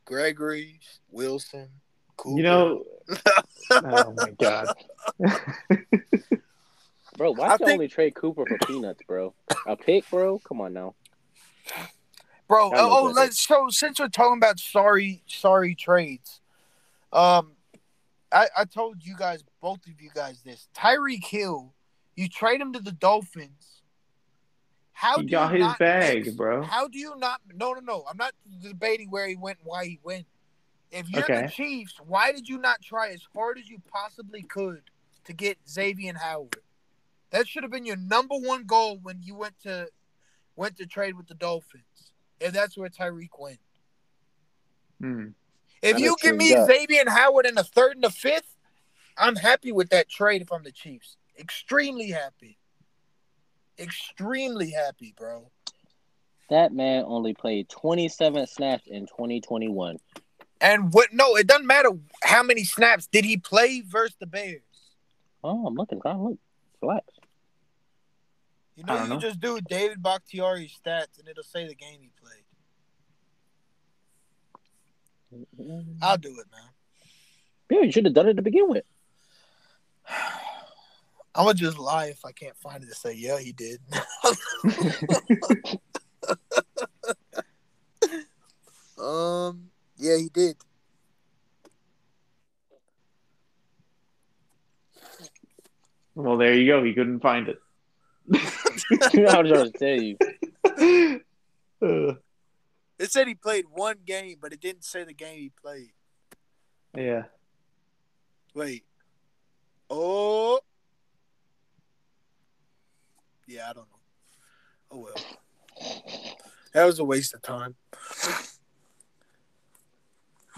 S1: Gregory Wilson, Cooper.
S2: You know, oh my god.
S3: bro. Why
S1: I
S3: you
S1: think-
S3: only trade Cooper for peanuts, bro? A pick, bro. Come on now.
S1: bro.
S3: I know
S1: Oh,
S3: better.
S1: let's so since we're talking about sorry, sorry trades, um, I I told you guys, both of you guys, this Tyreek Hill, you trade him to the Dolphins. How
S2: He
S1: do
S2: got
S1: you
S2: his
S1: not
S2: bag,
S1: miss-
S2: bro.
S1: How do you not? No, no, no. I'm not debating where he went, and why he went. If you're the
S2: Okay.
S1: Chiefs, why did you not try as hard as you possibly could to get Xavier Howard? That should have been your number one goal when you went to went to trade with the Dolphins. If that's where Tyreek went.
S2: Hmm.
S1: If
S3: That
S1: you
S3: is
S1: give
S3: true,
S1: me
S3: yeah.
S1: Xavier Howard in the third and the fifth, I'm happy with that trade if I'm the Chiefs. Extremely happy. Extremely happy, bro.
S3: That man only played 27 snaps in 2021.
S1: And what no, it doesn't matter how many snaps did he play versus the Bears.
S3: Oh, I'm looking, trying to look. Relax.
S1: You know,
S2: I don't
S1: you
S2: know.
S1: just do David Bakhtiari's stats and it'll say the game he played. I'll do it, man.
S3: Yeah, you should have done it to begin with.
S1: I'm gonna just lie if I can't find it to say, yeah, he did. *laughs* um, yeah, he did.
S2: Well, there you go. He couldn't find it.
S3: *laughs* I was trying to tell you.
S2: Uh,
S1: It said he played one game, but it didn't say the game he played.
S2: *laughs* yeah.
S1: Wait. Oh. Yeah, I don't know. Oh well. That was a waste of time. *sighs*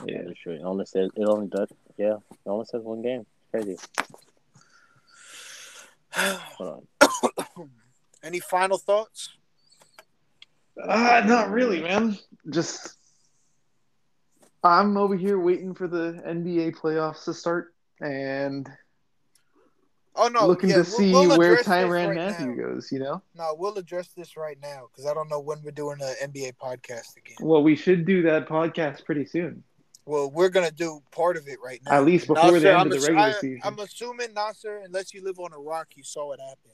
S2: Yeah.
S3: Pretty sure. It only says it only does. Yeah, it only says one game. Crazy. Hold
S1: Any final thoughts?
S2: Uh, not really, man. Just I'm over here waiting for the NBA playoffs to start and
S1: Oh no,
S2: looking
S1: yeah,
S2: to
S1: we'll-
S2: see
S1: we'll
S2: where
S1: address this
S2: Tyran
S1: right
S2: Matthew
S1: now.
S2: goes, you know?
S1: No, we'll address this right now because I don't know when we're doing an NBA podcast again.
S2: Well, we should do that podcast pretty soon.
S1: Well, we're gonna do part of it right now.
S2: At least before the end of the
S1: assu-
S2: regular
S1: I-
S2: season.
S1: I'm assuming Nasser, unless you live on a rock, you saw it happen.
S3: on.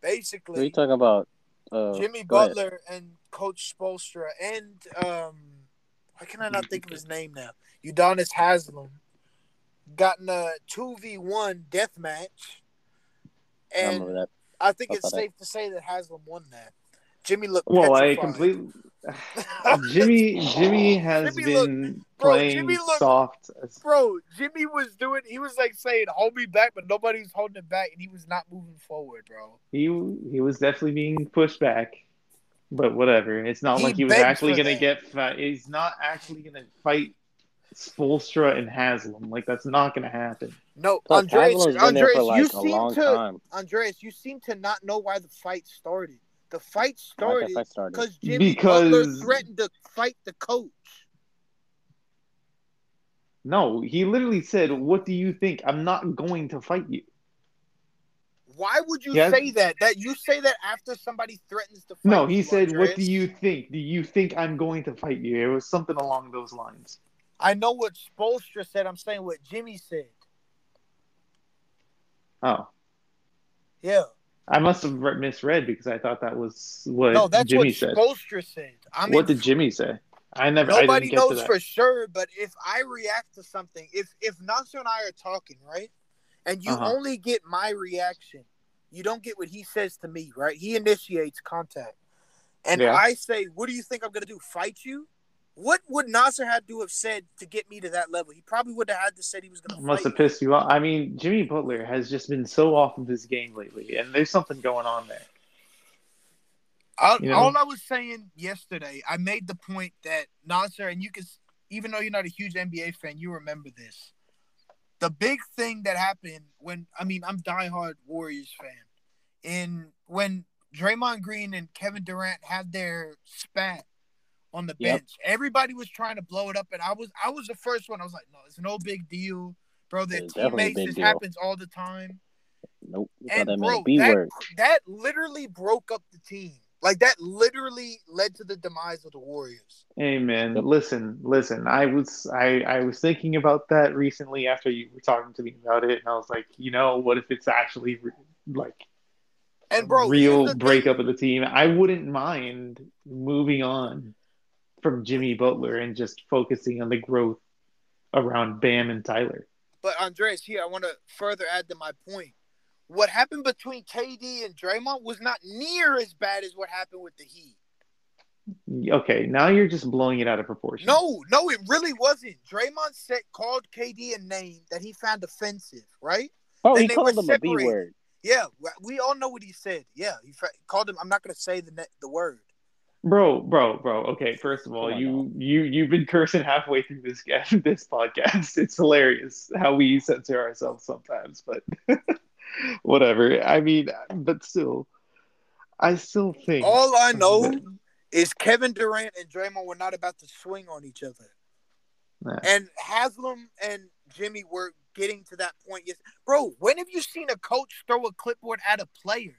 S3: What are you
S1: Basically,
S3: talking about? Uh,
S1: Jimmy
S3: go ahead.
S1: Butler and Coach Spolstra and um, why can I not think of his name now? Udonis Haslam gotten a two v one death match,
S3: I
S1: and
S3: remember that.
S1: I think
S3: I
S1: it's
S3: saw that.
S1: safe to say that Haslam won that. Jimmy looked
S2: Well, I
S1: petrified.
S2: completely *laughs* Jimmy Jimmy has
S1: Jimmy look-
S2: been
S1: bro,
S2: playing
S1: Jimmy look-
S2: soft as
S1: *laughs* bro. Jimmy was doing. He was like saying, "Hold me back," but nobody was holding him back, and he was not moving forward, bro.
S2: he he was definitely being pushed back. But whatever. It's not
S1: He
S2: like he was
S1: begged
S2: actually
S1: for
S2: gonna
S1: that.
S2: get fight. he's not actually gonna fight Spolstra and Haslam. Like that's not gonna happen.
S1: No,
S3: Plus,
S1: Andreas.
S3: Haslam's been there
S1: Andreas,
S3: for
S1: you
S3: like a
S1: seem
S3: long
S1: to.
S3: time.
S1: Andreas, you seem to not know why the fight started. The fight
S3: Like
S1: started
S3: if I started.
S1: because Jimmy Butler
S2: Because-
S1: threatened to fight the coach.
S2: No, he literally said, What do you think? I'm not going to fight you.
S1: Why would you
S2: Yes.
S1: say that? That you say that after somebody threatens to fight
S2: No, he
S1: you,
S2: said, What do
S1: Andreas?
S2: you think? Do you think I'm going to fight you? It was something along those lines.
S1: I know what Spolstra said. I'm saying what Jimmy said.
S2: Oh.
S1: Yeah.
S2: I must have re- misread because I thought that was what
S1: no, that's
S2: Jimmy
S1: what
S2: said.
S1: Spolstra said. I mean,
S2: what did Jimmy say? I never. I didn't
S1: Nobody
S2: get to
S1: knows
S2: that.
S1: for sure, but if I react to something, if if Nasser and I are talking, right, and you
S2: Uh-huh.
S1: only get my reaction, you don't get what he says to me, right? He initiates contact, and
S2: Yeah.
S1: I say, "What do you think I'm gonna do? Fight you?" What would Nasser have to have said to get me to that level? He probably would have had to said he was gonna
S2: Must
S1: fight.
S2: have pissed you off. I mean, Jimmy Butler has just been so off of his game lately, and there's something going on there.
S1: I,
S2: you know?
S1: All I was saying yesterday, I made the point that Nasser, and you can, s- even though you're not a huge NBA fan, you remember this. The big thing that happened when, I mean, I'm diehard Warriors fan. In when Draymond Green and Kevin Durant had their spat on the
S3: Yep.
S1: bench, everybody was trying to blow it up, and I was, I was the first one. I was like, no, it's no big deal, bro. Their
S3: It's definitely a
S1: teammates.
S3: big
S1: This
S3: deal.
S1: happens all the time
S3: Nope. You thought
S1: and
S3: that
S1: bro,
S3: meant B
S1: that,
S3: word.
S1: that literally broke up the team. Like that literally led to the demise of the Warriors.
S2: Hey man,
S3: Yep.
S2: listen, listen. I was I I was thinking about that recently after you were talking to me about it, and I was like, you know, what if it's actually re- like
S1: And bro, here's
S2: real
S1: the
S2: breakup of the team? I wouldn't mind moving on from Jimmy Butler and just focusing on the growth around Bam and Tyler.
S1: thing. But Andreas, here I want to further add to my point. What happened between KD and Draymond was not near as bad as what happened with the Heat.
S2: Okay, now you're just blowing it out of proportion.
S1: No, no, it really wasn't. Draymond said called KD a name that he found offensive, right?
S3: Oh,
S1: then
S3: he
S1: they
S3: called
S1: were
S3: him a B
S1: separated.
S3: word.
S1: Yeah, we all know what he said. Yeah, he fa- called him. I'm not going to say the ne- the word.
S2: Bro, bro, bro. Okay, first of all,
S3: Come on
S2: you you you've been cursing halfway through this ga- *laughs* this podcast. It's hilarious how we censor ourselves sometimes, but *laughs* whatever. I mean, but still, I still think
S1: All I know is Kevin Durant and Draymond were not about to swing on each other.
S2: Nah.
S1: And Haslam and Jimmy were getting to that point. Yes, bro. When have you seen a coach throw a clipboard at a player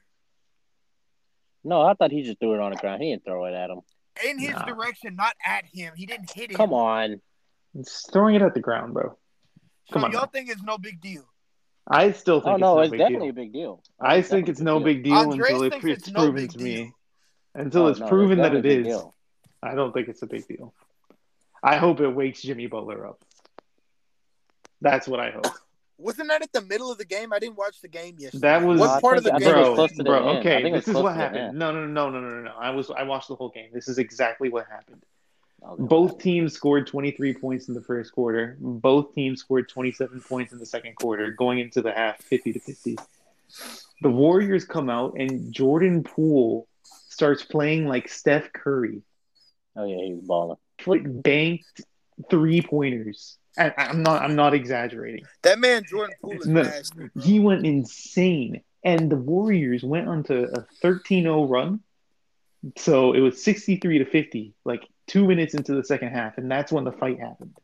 S3: No, I thought he just threw it on the ground. He didn't throw it at him.
S1: in his
S2: Nah.
S1: direction, not at him? He didn't hit him.
S3: Come on.
S2: it's throwing it at the ground, bro.
S1: So
S2: come on
S1: y'all
S2: now.
S1: think it's no big deal?
S2: I still think
S3: Oh no,
S2: it's
S3: it's
S2: no big
S3: definitely
S2: deal.
S3: a big deal.
S2: I think it's no big deal
S1: Andres
S2: until it,
S1: thinks
S2: it's
S1: it's no
S2: proven
S1: big
S2: to
S1: deal.
S2: me. Until
S3: Oh,
S2: it's
S3: no,
S2: proven that it
S3: definitely a
S2: is,
S3: big deal.
S2: I don't think it's a big deal. I hope it wakes Jimmy Butler up. That's what I hope.
S1: Wasn't that at the middle of the game? I didn't watch the game yesterday.
S2: That was
S1: what
S3: No, I
S1: part of the
S3: think- I
S1: game?
S3: think it was
S2: bro,
S3: close to the
S2: bro.
S3: end. I
S2: Okay,
S3: think it was
S2: this is
S3: close
S2: what
S3: to the
S2: happened.
S3: end.
S2: No, no, no, no, no, no, no. I was I watched the whole game. This is exactly what happened.
S3: Okay,
S2: Both teams scored 23 points in the first quarter. Both teams scored 27 points in the second quarter, going into the half 50 to 50. The Warriors come out and Jordan Poole starts playing like Steph Curry,
S3: Oh yeah, he was balling.
S2: like banked three pointers. I, I'm not. I'm not exaggerating.
S1: That man Jordan Poole is
S2: No.
S1: nasty. bro.
S2: He went insane, and the Warriors went onto a 13-0 run. So it was 63 to 50, like two minutes into the second half, and that's when the fight happened.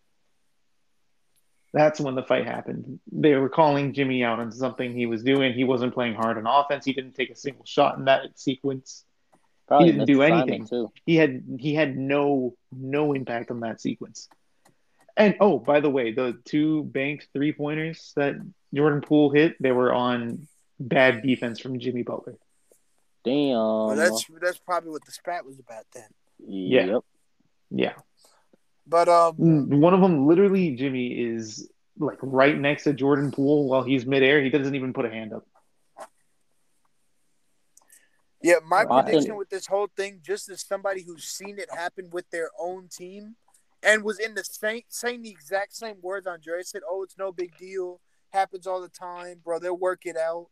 S2: That's when the fight happened. They were calling Jimmy out on something he was doing. He wasn't playing hard on offense. He didn't take a single shot in that sequence.
S3: Probably
S2: didn't
S3: missed
S2: do
S3: assignment,
S2: anything.
S3: too.
S2: he had he had no no impact on that sequence. And oh, by the way, the two banked three pointers that Jordan Poole hit, they were on bad defense from Jimmy Butler.
S3: Damn.
S1: Well, that's that's probably what the spat was about then.
S3: yep.
S2: Yeah.
S1: But um,
S2: Mm, One of them literally Jimmy is like right next to Jordan Poole while he's midair. He doesn't even put a hand up.
S1: yeah, my
S3: Well, I
S1: prediction
S3: think-
S1: with this whole thing, just as somebody who's seen it happen with their own team, and was in the same saying the exact same words Andre said, "Oh, it's no big deal. Happens all the time, bro. They'll work it out."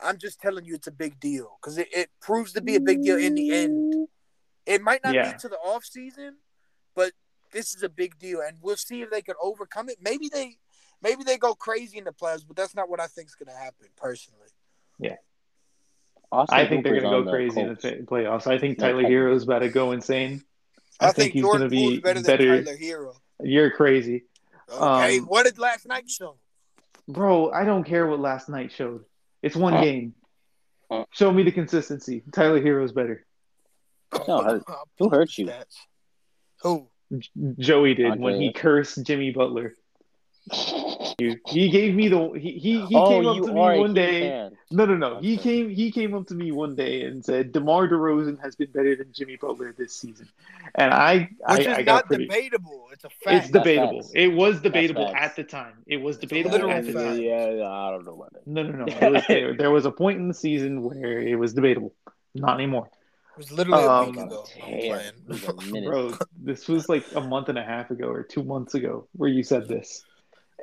S1: I'm just telling you, it's a big deal because it, it proves to be a big deal in the end. It might not
S2: Yeah.
S1: be to the off season, but this is a big deal, and we'll see if they can overcome it. Maybe they, maybe they go crazy in the playoffs, but that's not what I think is going to happen personally.
S3: Austin
S2: I think they're
S3: Hooper's
S2: gonna go
S3: on the
S2: crazy in the
S3: Colts.
S2: play- playoffs. I think
S3: No,
S2: Tyler
S3: I-
S2: Hero's about to go insane. I, think, he's
S1: Jordan
S2: gonna be
S1: Poole's better than Tyler Hero.
S2: You're crazy.
S1: Okay,
S2: Um,
S1: what did last night show?
S2: Bro, I don't care what last night showed. It's one
S3: Uh,
S2: game.
S3: uh.
S2: Show me the consistency. Tyler Hero's better.
S3: No, who-
S1: *laughs*
S3: who hurt you?
S1: Stats. Who?
S2: J- Joey did when
S3: Andre.
S2: he cursed Jimmy Butler. He, he gave me the he he, he
S3: oh,
S2: came up
S3: you
S2: to me
S3: are a
S2: one
S3: Heat
S2: day.
S3: fan.
S2: No, no, no. He
S3: Okay.
S2: came he came up to me one day and said DeMar DeRozan has been better than Jimmy Butler this season. And I I,
S1: Which is
S2: I got
S1: not
S2: pretty
S1: debatable. It's a fact.
S2: It's debatable.
S3: facts.
S2: It was debatable
S3: facts.
S2: at the time. It was
S1: It's a
S2: debatable
S1: literal
S2: at the
S1: fact.
S2: time.
S3: Yeah, I don't know about that.
S2: No,
S3: *laughs*
S2: no, no. It was, there, there was a point in the season where it was debatable. Not anymore.
S1: It was literally a week
S2: Um,
S1: ago. I'm
S3: Damn,
S1: playing.
S3: it was
S1: *laughs*
S3: a minute.
S2: Bro, this was like a month and a half ago or two months ago where you said this.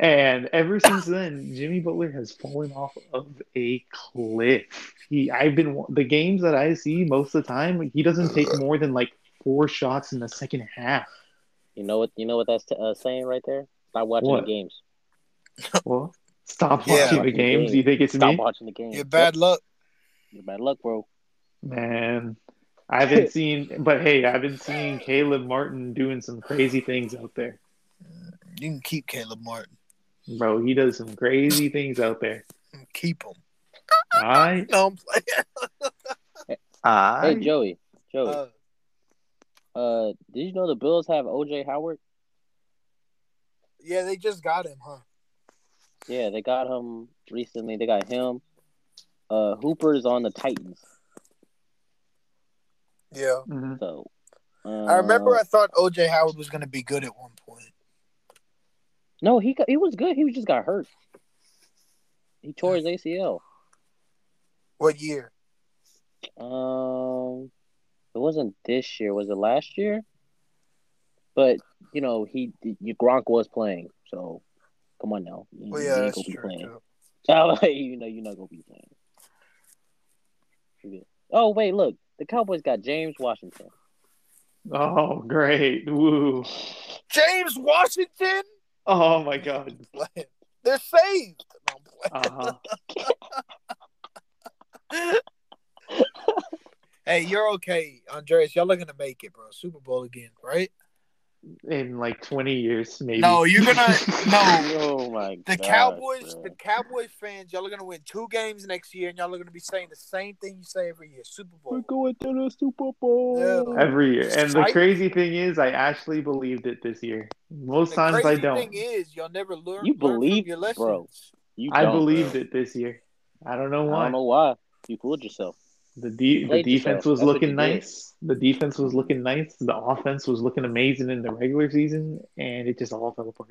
S2: And ever since then, Jimmy Butler has fallen off of a cliff. He, I've been the games that I see most of the time. He doesn't take more than like four shots in the second half.
S3: You know what? You know what that's t- uh, saying right there. Stop watching
S2: What?
S3: the games.
S2: Well, stop
S1: Yeah.
S2: watching the games. You think it's
S3: Stop
S2: me,
S3: watching the games.
S1: Your bad luck.
S3: Your bad luck, bro.
S2: man? I haven't seen, but hey, I've been seeing Caleb Martin doing some crazy things out there.
S1: You can keep Caleb Martin.
S2: Bro, he does some crazy things out there.
S1: Keep him. *laughs*
S2: I,
S1: No, I'm playing.
S2: I,
S3: Hey, Joey. Joey.
S1: Uh,
S3: Uh, did you know the Bills have OJ Howard?
S1: yeah, they just got him, huh?
S3: Yeah, they got him recently. They got him. Uh, Hooper is on the Titans.
S1: Yeah.
S2: Mhm.
S3: So. Uh,
S1: I remember I thought OJ Howard was going to be good at one point.
S3: No, he got, he was good. He just got hurt. He tore his ACL.
S1: What year?
S3: Um, it wasn't this year. Was it last year? But you know, he, he Gronk was playing. So come on now. You,
S1: Well,
S3: you
S1: yeah,
S3: Mm,
S1: that's
S3: ain't gonna be
S1: true.
S3: *laughs* playing. Oh,
S1: too.
S3: you know, you're not gonna be playing. You good. Oh wait, look, the Cowboys got James Washington.
S2: Oh, great. Woo.
S1: James Washington? *laughs*
S2: Oh, my God.
S1: Playing. They're saved. No, I'm playing.
S2: Uh-huh.
S1: *laughs* Hey, you're okay, Andreas. Y'all are going to make it, bro. Super Bowl again, right?
S2: In like 20 years, maybe.
S1: No, you're
S2: *laughs*
S1: gonna- no.
S3: Oh my god.
S1: The Cowboys,
S3: bro.
S1: the Cowboys fans, y'all are gonna win two games next year, and y'all are gonna be saying the same thing you say every year: Super Bowl.
S3: going to the Super Bowl.
S1: Yeah.
S2: Every year. And the
S1: I-
S2: crazy thing is, I actually believed it this year. Most
S1: The
S2: times I
S1: crazy
S2: don't.
S1: thing is, y'all never learn.
S3: You
S1: learn from
S3: believe,
S1: your
S3: bro.
S1: lessons.
S3: You
S2: I
S3: don't,
S2: believed
S3: bro.
S2: it this year. I don't know
S3: I
S2: why.
S3: don't know why. You fooled yourself.
S2: The, de- the
S3: Played yourself.
S2: defense was
S3: That's what
S2: looking
S3: you did.
S2: nice. The defense was looking nice. The offense was looking amazing in the regular season, and it just all fell apart.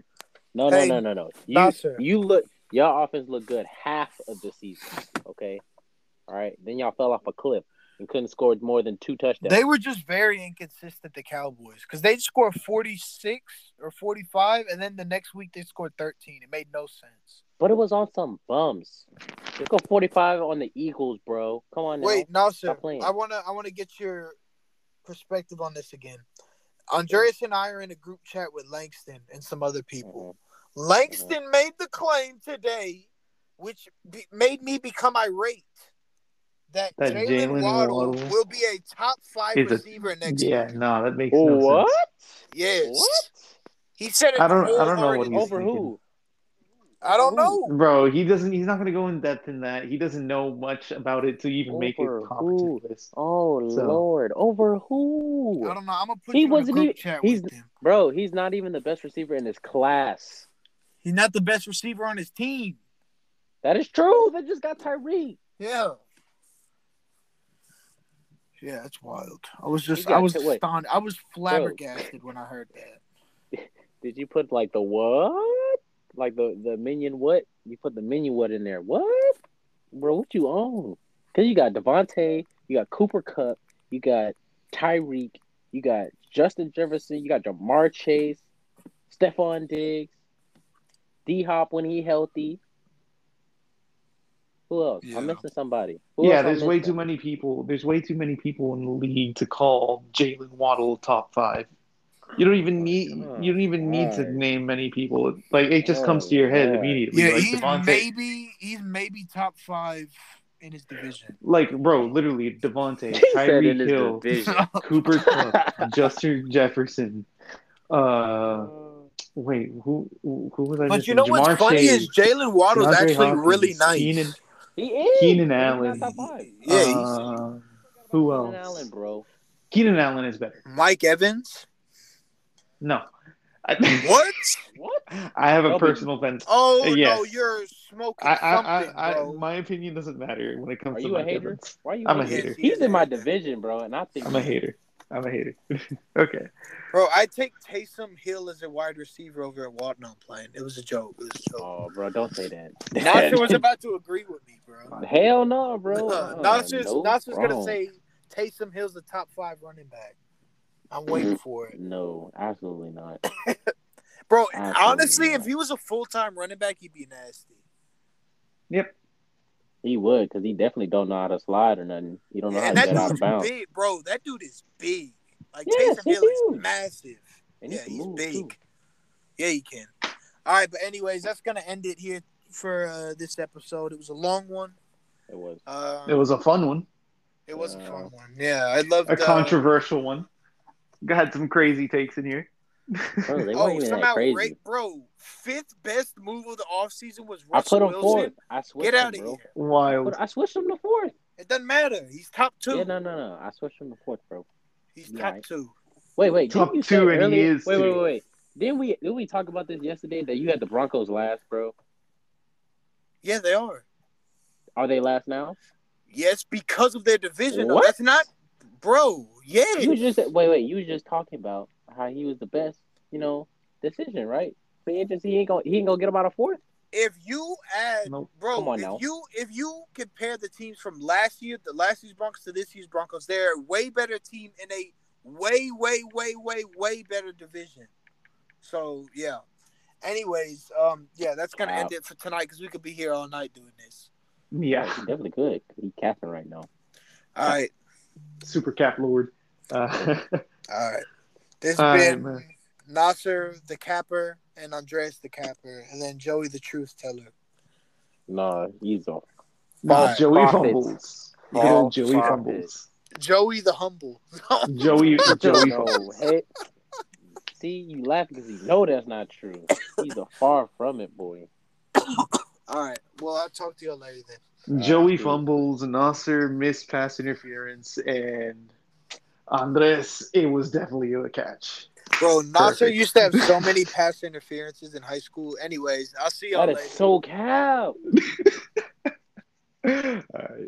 S3: No, no,
S1: Hey,
S3: no, no, no. You,
S1: nah, sir.
S3: you look. Y'all offense looked good half of the season. Okay. All right. Then y'all fell off a cliff and couldn't score more than two touchdowns.
S1: They were just very inconsistent, the Cowboys, because they'd score 46 or 45, and then the next week they scored 13. It made no sense.
S3: But it was on some bums. Let's go 45 on the Eagles, bro. Come on now.
S1: Wait, Nasser,
S3: Stop playing.
S1: I wanna I wanna get your perspective on this again. Andreas and I are in a group chat with Langston and some other people.
S3: Mhm.
S1: Langston made the claim today, which be- made me become irate, that,
S2: That
S1: Jalen
S2: Jalen
S1: Waddle
S2: Waddle
S1: will be a top five
S2: is a-
S1: receiver next
S2: Yeah,
S1: year.
S2: no, that makes no
S3: Oh, What?
S2: sense.
S1: Yes,
S3: What?
S1: he said it.
S2: I don't- I don't know what
S1: wholeheartedly.
S2: he's-
S3: Over who?
S1: I don't know.
S2: Bro, he doesn't. He's not going to go in depth in that. He doesn't know much about it to even make
S3: Over
S2: it
S3: who?
S2: competent list.
S3: Oh
S2: So-
S3: Lord. Over
S1: I
S3: who?
S1: don't know. I'm gonna put
S3: He
S1: you in a
S3: wasn't
S1: group
S3: even-
S1: chat
S3: he's-
S1: with him.
S3: Bro, he's not even the best receiver in his class.
S1: He's not the best receiver on his team.
S3: That is true. They just got Tyreek.
S1: Yeah. Yeah, that's wild. I was
S3: You
S1: just,
S3: got
S1: I was
S3: to- wait.
S1: stunned. I was flabbergasted when I heard that.
S3: Did you put like the what? Like the the minion what? You put the minion what in there? What? Bro, what you own? Cause you got Devontae, you got Cooper Cup, you got Tyreek, you got Justin Jefferson, you got Jamar Chase, Stephon Diggs, D Hop when he healthy. Who else?
S1: Yeah.
S3: I'm missing somebody. Who
S2: Yeah,
S3: else I'm
S2: there's way
S3: missing?
S2: too many people. There's way too many people in the league to call Jalen Waddle top five. You don't even need. You don't even need to
S3: God.
S2: name many people. Like it just
S3: Oh,
S2: comes to your head
S3: God.
S2: immediately.
S1: Yeah,
S2: like
S1: he's
S2: Devontae,
S1: maybe, he's maybe top five in his division.
S2: like bro, literally Devontae,
S3: *laughs* He said in
S2: Tyreek
S3: his
S2: Hill, *laughs*
S3: division.
S2: Cooper
S3: *laughs*
S2: Cup, Justin Jefferson. Uh, wait, who who who was I?
S1: But
S2: missing?
S1: you know what's
S2: Jamar
S1: funny
S2: Chase,
S1: is Jalen Waddle's
S2: DeAndre
S1: actually
S2: Hopkins,
S1: really nice.
S2: Keenan-
S3: he is.
S2: Keenan
S3: He's not
S2: Allen.
S3: top five.
S1: yeah, he's-
S2: Uh, who
S3: Keenan
S2: else?
S3: Allen, bro.
S2: Keenan Allen is better.
S1: Mike Evans.
S2: No. I, *laughs*
S1: What?
S3: What?
S2: I have a
S3: That'll be-
S2: personal fence.
S1: Oh
S2: Yes.
S1: no, you're smoking
S2: Uh, I, I,
S1: something,
S2: I, I,
S1: bro.
S2: my opinion doesn't matter when it comes
S3: Are
S2: to
S3: you
S2: my
S3: a hater?
S2: Evans.
S3: Why are you?
S2: I'm a
S3: hating?
S2: hater.
S3: He's in my division, bro, and I think
S2: I'm a hater. I'm a hater. *laughs* okay.
S1: Bro, I take Taysom Hill as a wide receiver over at Watt. No, I'm playing. It was a joke. It was a joke.
S3: Oh, bro, don't say that.
S2: *laughs*
S3: *laughs*
S1: Nasser was about to agree with me, bro.
S3: Hell no, bro.
S1: Uh,
S3: Uh-uh,
S1: Nasser's,
S3: no,
S1: Nasser's gonna
S3: wrong.
S1: say Taysom Hill's the top five running back. I'm
S3: Mm-hmm.
S1: waiting for it,
S3: no, absolutely not.
S1: bro.
S3: Absolutely
S1: honestly,
S3: not.
S1: if he was a full time running back, he'd be nasty.
S2: Yep.
S3: He would, cause he definitely don't know how to slide or nothing. He don't know
S1: and
S3: how
S1: that
S3: to get out
S1: dude's
S3: of bounds.
S1: big, bro. That dude is big. Like
S3: Yes,
S1: Taysom
S3: he
S1: Hill is
S3: huge.
S1: massive.
S3: And he
S1: yeah,
S3: can
S1: he's
S3: move,
S1: big.
S3: too.
S1: Yeah, you can. All right, but anyways, that's gonna end it here for uh, this episode. It was a long one.
S3: It was.
S1: Uh,
S2: It was a fun one,
S1: it was a
S3: uh,
S1: fun one. Yeah, I loved.
S2: a
S1: uh,
S2: controversial one. Got some crazy takes in here.
S3: Bro, they weren't
S1: Oh,
S3: even
S1: somehow,
S3: that crazy.
S1: Ray, bro, fifth best move of the offseason was
S3: I
S1: Russell
S3: put him
S1: Wilson.
S3: fourth. I switched
S1: Get out
S3: him,
S1: of
S3: bro.
S1: here.
S2: Wild.
S3: But I switched him to fourth.
S1: It doesn't matter. He's top two.
S3: Yeah, no, no, no. I switched him to fourth, bro.
S1: He's
S3: Yeah,
S1: top
S3: I-
S1: two.
S3: Wait, wait.
S2: Top
S3: didn't you
S2: two
S3: say
S2: and he
S3: earlier-
S2: is
S3: Wait, wait,
S2: two.
S3: wait, wait. Didn't we didn't we talk about this yesterday that you had the Broncos last, bro?
S1: Yeah, they are.
S3: Are they last now?
S1: Yes, because of their division. though.
S3: What?
S1: That's not, bro. Yes.
S3: You was just wait, wait. You was just talking about how he was the best, you know, decision, right? Free agency he ain't gonna he ain't gonna get him out of fourth.
S1: if you add,
S2: Nope.
S1: bro,
S3: Come on
S1: if
S3: now.
S1: you if you compare the teams from last year, the last year's Broncos to this year's Broncos, they're a way better team in a way, way, way, way, way better division. So yeah. Anyways, um, yeah, that's gonna
S3: Wow.
S1: end it for tonight because we could be here all night doing this.
S2: Yeah.
S3: he definitely could. 'cause He capping right now.
S1: All right,
S2: Super cap lord. Uh, *laughs*
S1: all right. This has
S2: All right,
S1: been
S2: man.
S1: Nasser the Capper and Andreas the Capper, and then Joey the Truth Teller.
S3: No, he's off.
S2: no,
S1: False
S2: Joey
S3: prophets.
S2: fumbles. Good old
S3: False
S2: Joey
S3: prophets.
S2: fumbles.
S1: Joey the Humble.
S2: Joey
S3: *laughs*
S2: Joey
S3: No, hey. See, you laughing because you know that's not true. He's a far from it, boy.
S1: all right. Well, I'll talk to you later then.
S2: Joey
S3: dude.
S2: fumbles, Nasser missed pass interference, and Andres, it was definitely a catch.
S1: Bro, Nasser
S2: Perfect.
S1: used to have
S2: *laughs*
S1: so many pass interferences in high school. Anyways, I'll see y'all
S3: That
S1: later.
S3: is so cap.